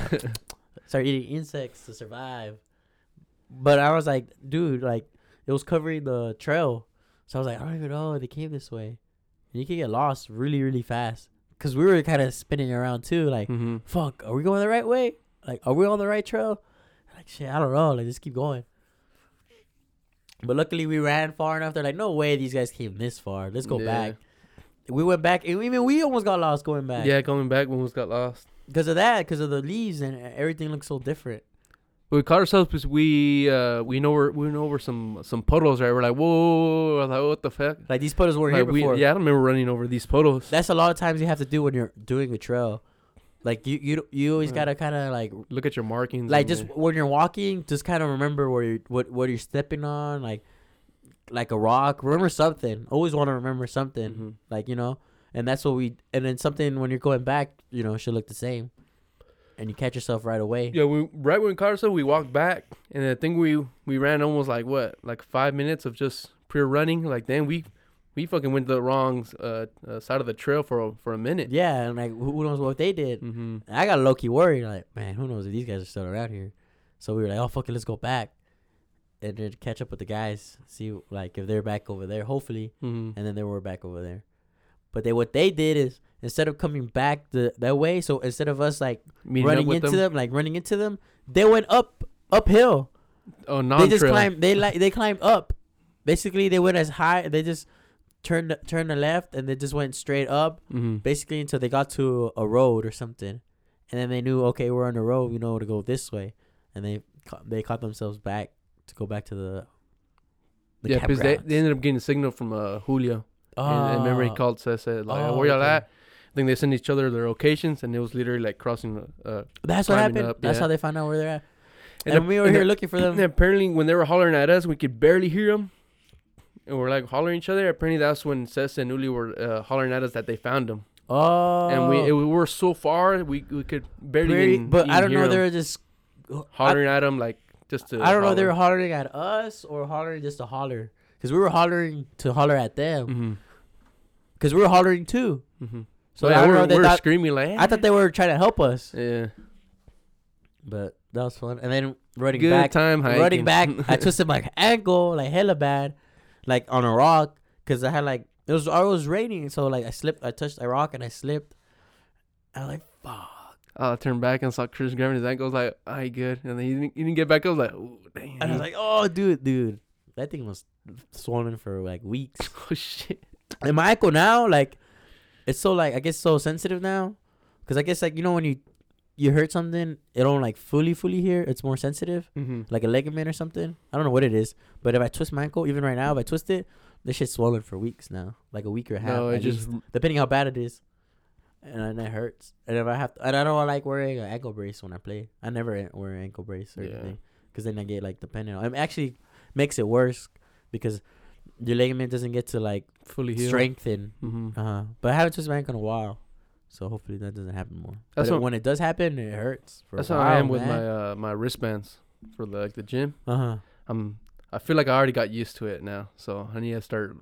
started eating insects to survive. But I was like, dude, like it was covering the trail, so I was like, I don't even know they came this way. And you can get lost really, really fast because we were kind of spinning around too. Like, mm-hmm. fuck, are we going the right way? Like, are we on the right trail? Like, shit, I don't know. Like, just keep going. But luckily, we ran far enough. They're like, no way, these guys came this far. Let's go Yeah. back. We went back, and even we almost got lost going back. Yeah, going back when we got lost. Because of that, because of the leaves and everything looks so different. We caught ourselves because we uh, we know we're we know we're some some puddles right. We're like whoa, I was like what the fuck? Like these puddles weren't Like here we, before. yeah, I don't remember running over these puddles. That's a lot of times you have to do when you're doing a trail. Like you, you, you always Yeah. gotta kind of like, Look at your markings. like on just there. when you're walking, just kind of remember where you what what you're stepping on, like like a rock. Remember something. Always want to remember something. Mhm. Like you know, and that's what we. And then something when you're going back, you know, should look the same, and you catch yourself right away. Yeah, we right when we caught ourselves, we walked back, and I think we we ran almost like what like five minutes of just pure running. Like then we we fucking went to the wrong uh, uh, side of the trail for a, for a minute. Yeah, and like who who knows what they did. Mm-hmm. And I got low key worried, like, man, who knows if these guys are still around here. So we were like, oh fuck it, let's go back. And then catch up with the guys, see like if they're back over there, hopefully. Mm-hmm. And then they were back over there. But they what they did is instead of coming back the that way, so instead of us like Meeting running up with into them. them. like running into them, they went up uphill. Oh, they non just trail. climbed they like they climbed up. Basically they went as high they just turned turned the left and they just went straight up Mm-hmm. basically until they got to a road or something, and then they knew okay we're on the road we know to go this way, and they ca- they caught themselves back to go back to the. the yeah, because they, campgrounds. they ended up getting a signal from uh, Julio. And, and remember he Oh, called said, said like, Oh, where y'all okay. at? I think they send each other their locations, and it was literally like crossing. the- Uh, That's what climbing happened. up, That's yeah. how they found out where they're at. And, and we were and here the- looking for them. And apparently, when they were hollering at us, we could barely hear them, and we're like hollering each other. Apparently, that's when Sessa and Uli were uh, hollering at us that they found them, Oh, and we, it, we were so far we, we could barely. Very- even, but I don't even know. hear They 'em. were just hollering at 'em at them like just to. I don't know. They were hollering at us or hollering just to holler, because we were hollering to holler at them, hmm because we were hollering too. hmm So So yeah, I don't we're, know. They we're thought, screaming like. I thought they were trying to help us, yeah. but that was fun. And then running Good back, time hiking. running back, I twisted my ankle like hella bad, like on a rock, because I had like it was it was raining, so like I slipped, I touched a rock and I slipped. I was like, fuck. I turned back and saw Chris grabbing his ankle. I was like, "I good," and then he didn't, he didn't get back. up. I was like, "Oh, damn!" And I was like, oh, dude, dude, that thing was swollen for like weeks. "Oh shit!" and my ankle now like it's so like i guess so sensitive now because i guess like you know when you you hurt something it don't like fully fully here it's more sensitive Mm-hmm. like a ligament or something i don't know what it is but if i twist my ankle even right now if i twist it this shit's swollen for weeks now like a week or a half No, it at just least, depending how bad it is and then it hurts and if i have to, and i don't like wearing an ankle brace when i play i never an- wear an ankle brace or Yeah. anything because then i get like dependent on it actually makes it worse because your ligament doesn't get to like fully healed. strengthen Mm-hmm. uh-huh. But I haven't twisted my ankle in a while. So hopefully that doesn't happen more. That's but what- when it does happen, it hurts. For That's a how while, I am with my uh, my wristbands for the, like the gym. my. Uh huh. I'm I feel like I already got used to it now, so I need to start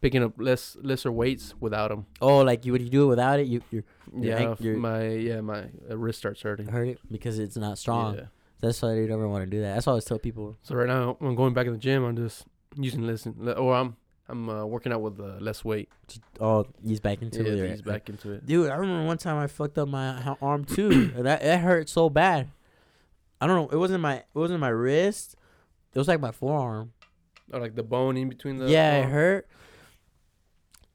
picking up less lesser weights without them. Oh, like you when you do it without it, you you Your yeah, ank- f- your- my yeah my uh, wrist starts hurting. hurt it because it's not strong. Yeah. That's why you never want to do that. That's why I always tell people. So right now I'm going back in the gym. I'm just using less and- le- or I'm I'm uh, working out with uh, less weight. To, oh, ease back into Yeah, it. ease back into it. Dude, I remember one time I fucked up my h- arm too, and that it hurt so bad. I don't know. It wasn't my it wasn't my wrist. It was like my forearm. Or like the bone in between the Oh. yeah, it arm. hurt.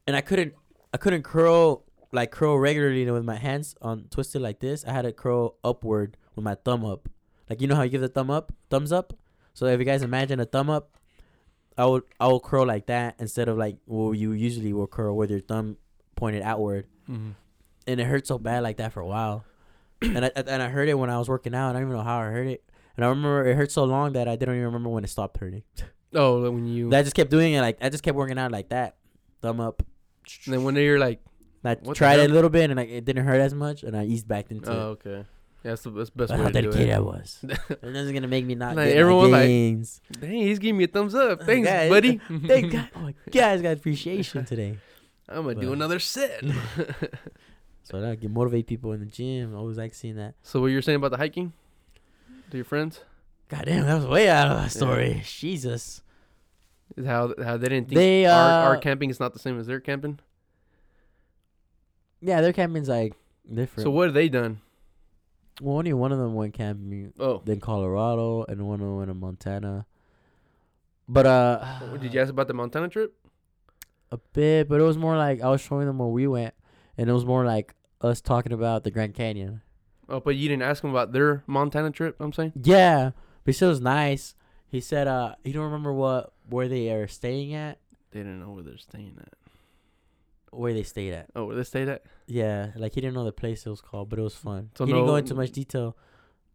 And I couldn't I couldn't curl like curl regularly with my hands on twisted like this. I had to curl upward with my thumb up. Like you know how you give the thumb up, thumbs up? So if you guys imagine a thumb up, I would I will curl like that instead of like well you usually will curl with your thumb pointed outward. Mhm. And it hurt so bad like that for a while. and I and I hurt it when I was working out. I don't even know how I hurt it. And I remember it hurt so long that I didn't even remember when it stopped hurting. Oh, like when you That I just kept doing it like I just kept working out like that, thumb up. and then when you're like, I What the tried it hell? a little bit and like it didn't hurt as much, and I eased back into oh it. okay, yeah, that's the best, best That's way how to do dedicated it. I was. and this is gonna make me not Like, get everyone, my like- gains. Dang, he's giving me a thumbs up. Thanks, Guys, buddy. Thank God, oh my guys got appreciation today. I'm gonna do But- another set. So that can motivate people in the gym. I always like seeing that. so what you were saying about the hiking to your friends God damn, that was way out of our story. Jesus. is how how they didn't think They, our, our uh, camping is not the same as their camping. Yeah, their camping's like different. So what have they done? well, only one of them went camping Oh, in Colorado, and one of them went in Montana. But uh, did you ask about the Montana trip? a bit, but it was more like I was showing them where we went, and it was more like us talking about the Grand Canyon. Oh, but you didn't ask them about their Montana trip. I'm saying. Yeah, but he said it was nice. He said, "Uh, you don't remember what where they are staying at, They didn't know where they're staying at. where they stayed at." Oh, where they stayed at. Yeah, like he didn't know the place it was called, but it was fun. So he didn't no- go into much detail.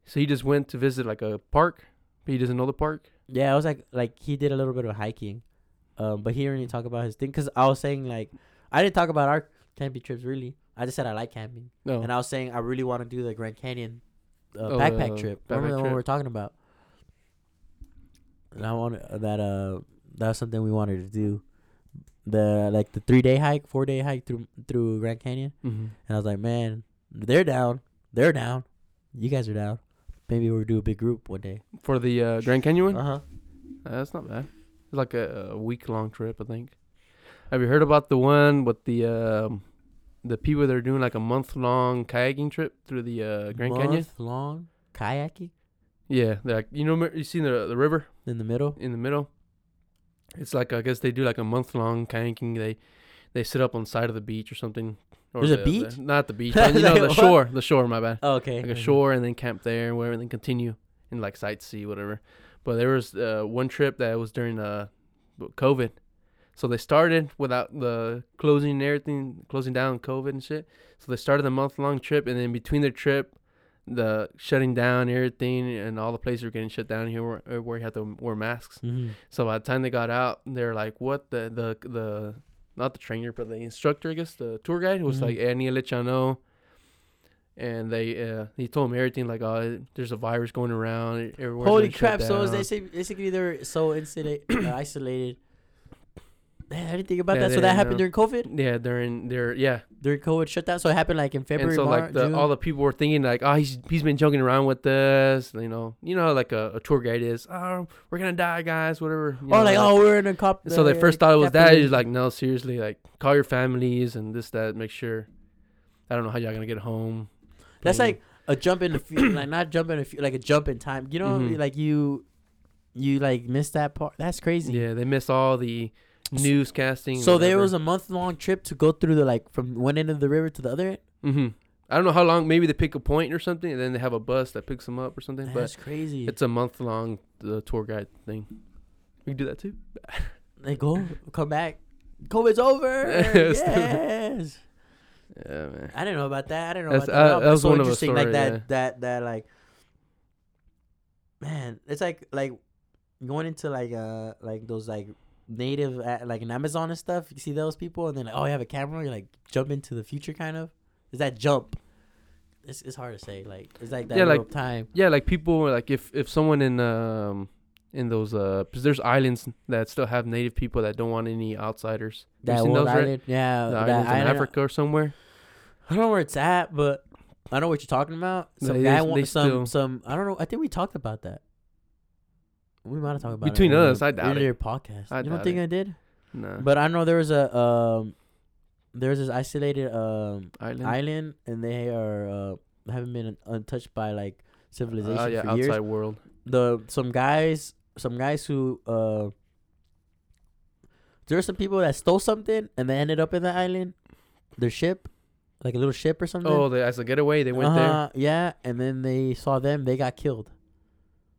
So he just went to visit like a park, but he doesn't know the park. Yeah, I was like, like he did a little bit of hiking, um, but he didn't really talk about his thing because I was saying like, I didn't talk about our camping trips really. I just said I like camping, No. and I was saying I really want to do the Grand Canyon uh, Oh, backpack the trip. backpack Remember the one trip. we were talking about? And I wanted that. Uh, that was something we wanted to do. The like the three day hike, four day hike through through Grand Canyon, Mhm. and I was like, man, they're down, they're down, you guys are down. Maybe we'll do a big group one day. For the uh, Grand Canyon. one? Uh huh. Uh, that's not bad. It's like a, a week long trip, I think. Have you heard about the one with the um, the people that are doing like a month long kayaking trip through the uh, Grand Canyon? long kayaking Yeah, they're like you know mer- you seen the the river in the middle. in the middle. It's like I guess they do like a month long kayaking. They they sit up on the side of the beach or something. Or There's a the- beach? the- not the beach. but, you know Like, the what? shore. The shore. My bad. Oh, okay. Like a shore and then camp there and whatever, and then continue and like sightsee whatever. But there was uh, one trip that was during uh COVID, So they started without the closing and everything, closing down COVID and shit. So they started the month long trip, and then between their trip, the shutting down everything and all the places were getting shut down here where, where you had to wear masks. Mm-hmm. So by the time they got out, they're like, "What the the the not the trainer, but the instructor, I guess the tour guide was Mhm. like, "Eh, hey, I need to let y'all know." And they uh, he told them everything like, "Oh, there's a virus going around everywhere." Holy crap! So it's basically, basically they're so insula- uh, isolated. Man, I didn't think about Yeah, that. they So that didn't happened know. during COVID. yeah, they're in they're yeah, During COVID shutdown. So it happened like in February, and so March, like the, June. all the people were thinking like, oh, he's he's been joking around with us, you know, you know, how, like a, a tour guide is, oh, we're gonna die, guys, whatever. you oh, know, like oh, we're in a cop. so they uh, first thought it was that. He's capitalism. like, no, seriously, like call your families and this that, make sure. I don't know how y'all gonna get home. That's Boom. like a jump in the future, like not jump in the future, like a jump in time. You know, Mhm. like you, you like missed that part. That's crazy. yeah, they missed all the newscasting. So there was a month long trip to go through the like from one end of the river to the other end. hmm I don't know how long. Maybe they pick a point or something, and then they have a bus that picks them up or something. But That's crazy. it's a month long the tour guide thing. We can do that too. They go, come back. COVID's over. It's the- yes. Yeah, man. I didn't know about that. I didn't know That's- about that. Wow, uh, that was so one of a interesting. like story, that, yeah. that, that, like, man, it's like, like going into like, uh, like those like native, uh, like in Amazon and stuff. You see those people, and then like, oh, you have a camera. You like jump into the future, kind of. Is that jump? It's it's hard to say. Like it's like that Yeah, little like- time. Yeah, like people were like if if someone in um in those uh 'cause there's islands that still have native people that don't want any outsiders. Have you That seen one those, right? island, yeah, The Uh, that islands in island- Africa or somewhere. I don't know where it's at, but I know what you're talking about. No, Some it guy is- they wants some still- some. I don't know. I think we talked about that. We might have talked about Between it us, I doubt it. earlier podcast. I you don't doubt think it. I did? Nah, But I know there was a um, there's this isolated um island. island, and they are uh, haven't been un- untouched by like civilization Oh yeah, for outside years. Mm-hmm. world. The some guys, some guys who uh, there were some people that stole something and they ended up in the island, their ship, like a little ship or something. Oh, they, as a getaway, they went Uh-huh, Yeah, and then they saw them. They got killed.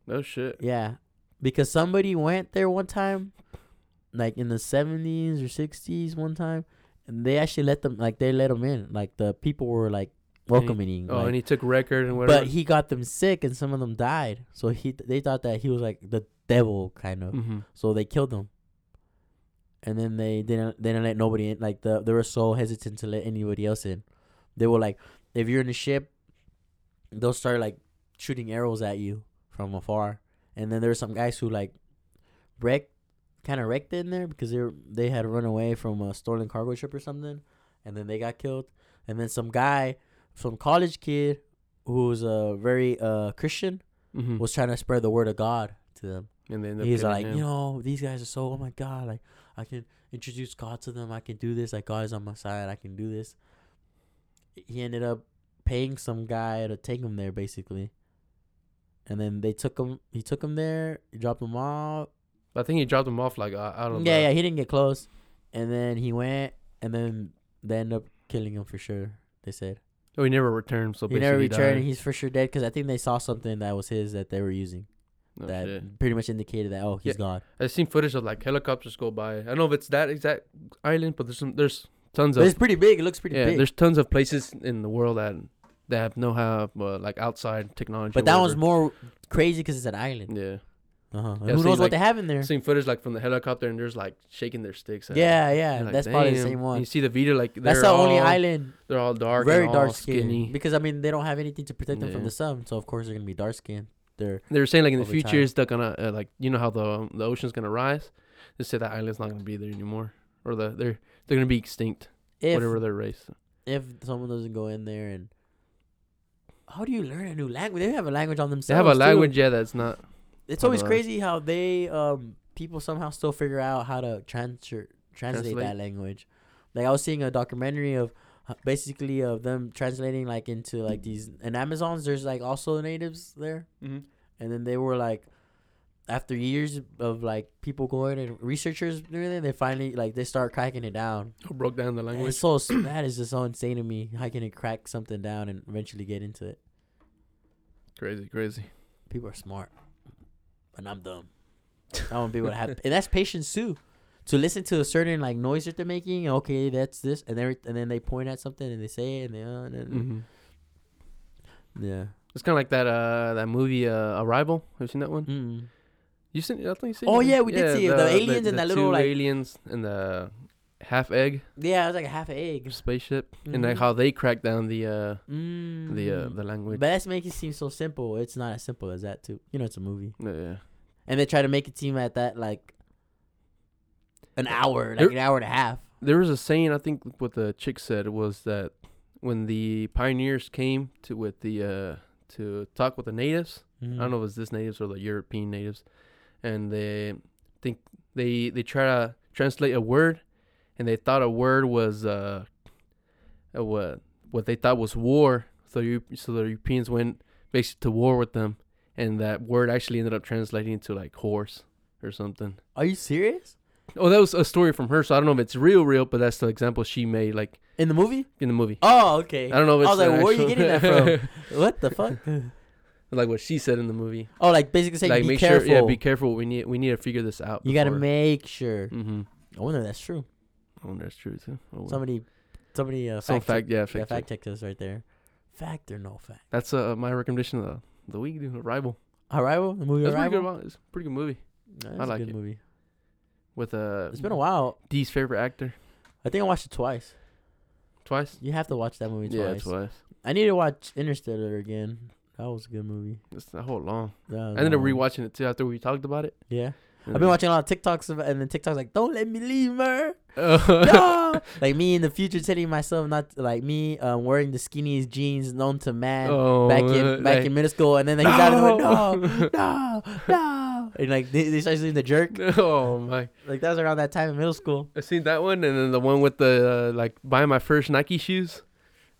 there. No Oh, shit. Yeah, because somebody went there one time, like in the seventies or sixties, one time, and they actually let them. Like they let them in. Like the people were like welcoming. Oh, like- and he took record and whatever. but he got them sick, and some of them died. So he they thought that he was like the devil, kind of. Mhm. So they killed him. And then they didn't they didn't let nobody in. Like the they were so hesitant to let anybody else in. They were like, if you're in the ship, they'll start like shooting arrows at you from afar. And then there were some guys who like wrecked kind of wrecked in there because they were, they had run away from a stolen cargo ship or something and then they got killed. And then some guy, some college kid who was a uh, very uh Christian Mhm. was trying to spread the word of God to them and they end up he's getting like, him. you know, these guys are so, oh my God, like, I can introduce God to them. I can do this. Like, God is on my side. I can do this. He ended up paying some guy to take him there, basically. And then they took him, he took him there, he dropped him off. I think he dropped him off like uh, out of. Yeah, the- yeah, he didn't get close. And then he went, and then they end up killing him for sure, they said. Oh, he never returned. So he basically never returned, and died. he's for sure dead because I think they saw something that was his that they were using No that Oh, shit. pretty much indicated that, oh, he's Yeah. gone. I've seen footage of like helicopters go by. I don't know if it's that exact island, but there's some there's tons But of it's pretty big. It looks pretty yeah. big. There's tons of places in the world that that have no have uh, like outside technology. or But that one's whatever. more crazy because it's an island. yeah. Uh-huh. And Yeah, who so you knows what like- they have in there? I've seen footage like from the helicopter and there's like shaking their sticks. at it. yeah, yeah, You're like, that's probably the "Damn." same And one. you see the video like they're That's the all, only island, They're all dark, very and dark all skin. skinny. Because I mean, they don't have anything to protect them from Yeah. the sun, so of course they're gonna be dark skinned. They're They were saying like in the over future time. it's not gonna uh, like you know how the the ocean's gonna rise. They said that island's not gonna be there anymore, or the they're they're gonna be extinct, if whatever their race. if someone doesn't go in there and how do you learn a new language? They have a language on themselves. They have a too. language, yeah, that's not. It's Hold always on. crazy how they um people somehow still figure out how to transfer translate, Translate. that language. Like I was seeing a documentary of uh, basically of them translating like into like these and Amazons. There's like also natives there, and then they were like after years of like people going and researchers doing it, they finally like they start cracking it down. Who broke down the And language? It's so s- that is just so insane to me. How can it crack something down and eventually get into it? Crazy, crazy. People are smart, and I'm dumb. I want people to have, and that's patience too. to listen to a certain like noise that they're making. Okay, that's this, and every, and then they point at something and they say it, and they uh, and then, hmm Mm-hmm. yeah. It's kind of like that uh that movie uh, Arrival. Have you seen that one? You seen? I think you seen. Mm-hmm. Oh, it. yeah, we did see it. The aliens and that little, two like- aliens and the half egg Yeah, it was like a half an egg. spaceship and like Mhm. how they cracked down the uh Mm. the uh, the language. But that's make it seem so simple. It's not as simple as that too. You know, it's a movie, yeah. and they try to make it seem at that like an hour, like There- an hour and a half. there was a saying I think what the chick said was that when the pioneers came to with the uh, to talk with the natives, I Mm-hmm. don't know if it's this natives or the European natives, and they think they they try to translate a word, and they thought a word was uh, uh what what they thought was war. So you so the Europeans went basically to war with them, and that word actually ended up translating to like horse or something. Are you serious? Oh, that was a story from her, so I don't know if it's real, real, but that's the example she made, like In the movie? in the movie. Oh, okay. I don't know if I it's was like, an where are you actual- getting that from? what the fuck? like what she said in the movie. Oh, like basically saying like be make careful. sure, yeah, be careful. We need, we need to figure this out. you gotta before- make sure. Mhm. I wonder if that's true. I wonder if it's true too. Oh, I wonder. Somebody, somebody, uh, Some fact, check- Mm. Oh, fact, yeah, yeah, fact. check. fact check us right there. Fact or no fact? That's uh, my recommendation of the, the week. Dude, Arrival. Arrival, the movie That's pretty good. Arrival. mo- It's a pretty good movie No, I that's like a good it. movie. with uh. It's been a while. D's favorite actor I think I watched it twice. twice. You have to watch that movie Yeah, twice. twice. I need to watch Interstellar again. That was a good movie. It's that whole long. That was I ended up long. rewatching it too after we talked about it. Yeah, I've been watching a lot of TikToks, of, and then TikToks like, "Don't let me leave her." oh, No! like me in the future telling myself not to- like me um, wearing the skinniest jeans known to man Oh, back in back like- in middle school, and then he's out of the No! no, no, no, and like they, they start doing the jerk. Oh my! Like that was around that time in middle school. I seen that one, and then the one with the uh, like buying my first Nike shoes,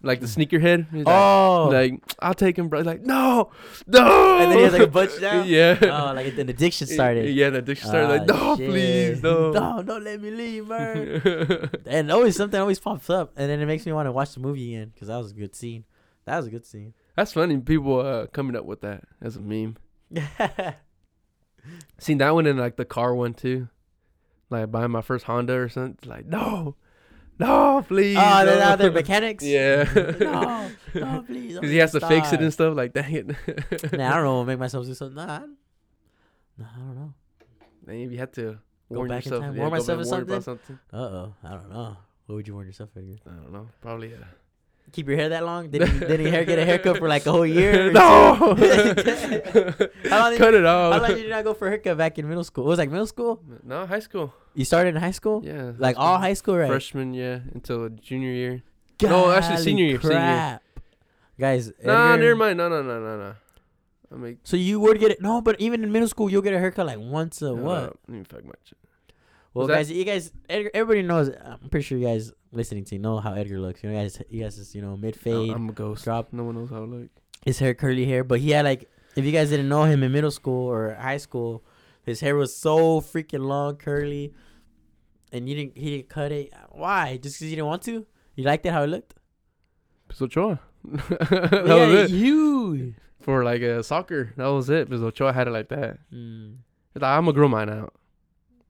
like the sneakerhead. He's like, Oh, like I'll take him, bro. He's like no, no. And then he has, like, a bunch down? yeah. oh, like an addiction started. Yeah, the addiction started. like Ah, no, shit. please, no. no, don't let me leave, man. and always something always pops up, and then it makes me want to watch the movie again because that was a good scene. That was a good scene. That's funny. People uh, coming up with that as a meme. Oh, Seen that one and like the car one too, like buying my first Honda or something. It's like no, no, please. oh, they're no. out there mechanics. Yeah. no, no, please. Because he has to fix it and stuff. Like dang it. nah, I don't know. Make myself do something. Nah, I don't- nah, I don't know. Maybe you have to Go warn back in yourself. time, yeah, warn go myself back of and warn about something. Uh oh, I don't know. What would you warn yourself against? I don't know. Probably. Uh, Keep your hair that long? Didn't didn't your hair get a haircut for like a whole year? or no. two? How long did Cut it How long off. did you not go for a haircut back in middle school? It was like middle school. No, high school. You started in high school, Yeah. like school. all high school, right? Freshman, yeah, until junior year. No, actually Golly senior year, senior year. Crap. Guys, Nah, Edgar- never mind. No, no, no, no, no. I mean, So you would get it? No, but even in middle school, you'll get a haircut like once a no, what? no, let me fuck my shit. Well, Was that- guys, you guys, Edgar, everybody knows. I'm pretty sure you guys listening to know how Edgar looks. You know, guys, you guys is you know mid fade, No, I'm a ghost. drop No one knows how I look. his hair curly hair, but he had like if you guys didn't know him in middle school or high school, his hair was so freaking long, curly, and you didn't he didn't cut it. Why? Just because you didn't want to? You liked it how it looked? Pisochoa. that yeah, was it. you. For like uh, soccer, that was it. Pisochoa had it like that. Mm. It's like, I'm going to grow mine out.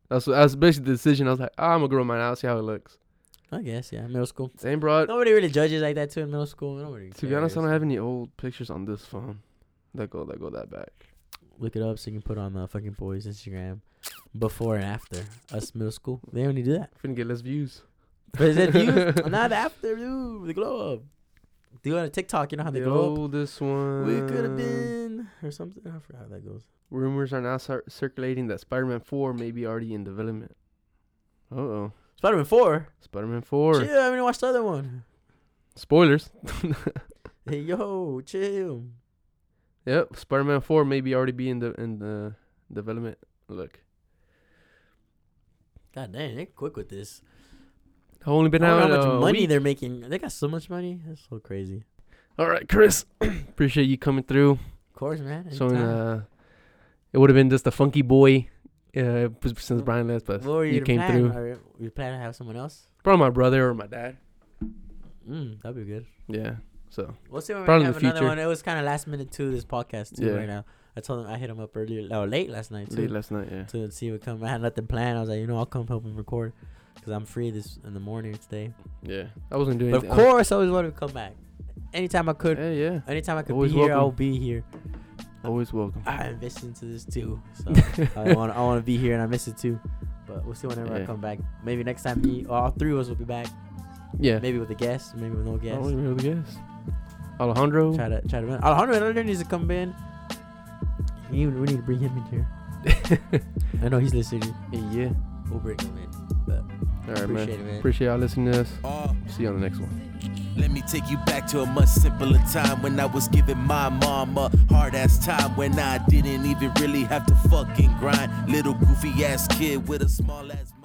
That's, that's basically the decision. I was like, I'm going to grow mine out, see how it looks. I guess yeah, middle school. Same, bro. Nobody really judges like that too in middle school. Nobody. To be honest, I cares. don't have any old pictures on this phone that go that go that back. look it up so you can put on the fucking boys Instagram before and after us middle school. They only do that. Finna get less views. But is it views? not after dude, the glow up. Do it on a TikTok, you know how they The glow up. oldest one. We could have been or something. I forgot how that goes. Rumors are now cir- circulating that Spider-Man 4 may be already in development. Uh oh, Spider Man Four. Spider-Man 4. Chill, I haven't even watched the other one. Spoilers. Hey yo, chill. Yep, Spider-Man 4 may be already be in the in the development. Look, God dang, they're quick with this. I've only I been don't out. know how uh, much a money week. they're making. They got so much money. That's so crazy. All right, Chris. Appreciate you coming through. Of course, man. So anytime. uh, it would have been just the funky boy. Uh, since Brian left, but what were you, you came plan? through. Are you planning to have someone else? Probably my brother or my dad. Mm, that'd be good. Yeah. So We'll see when Probably we in have the another future. one. It was kind of last minute too. This podcast too Yeah. right now. I told him I hit him up earlier, no, late last night too, Late last night, yeah. to see what come. I had nothing planned. I was like, you know, I'll come help him record because I'm free this in the morning today. Yeah. I wasn't doing But anything. of course, I always wanted to come back. Anytime I could, Hey, uh, yeah. anytime I could Always be here, welcome. I'll be here. Always welcome. I invest into this too, so I want I want to be here and I miss it too. But we'll see whenever I Yeah. come back. Maybe next time, me, all three of us will be back. Yeah. Maybe with a guest, maybe with no guest. Oh, you know the guest. Alejandro. Try to try to run. Alejandro Alejandro needs to come in. He, we need to bring him in here. I know he's listening. yeah. We'll bring him in. All right, man. Appreciate it, man. Appreciate y'all listening to us. Uh, See you on the next one. let me take you back to a much simpler time when I was giving my mom a hard ass time when I didn't even really have to fucking grind. Little goofy ass kid with a small ass.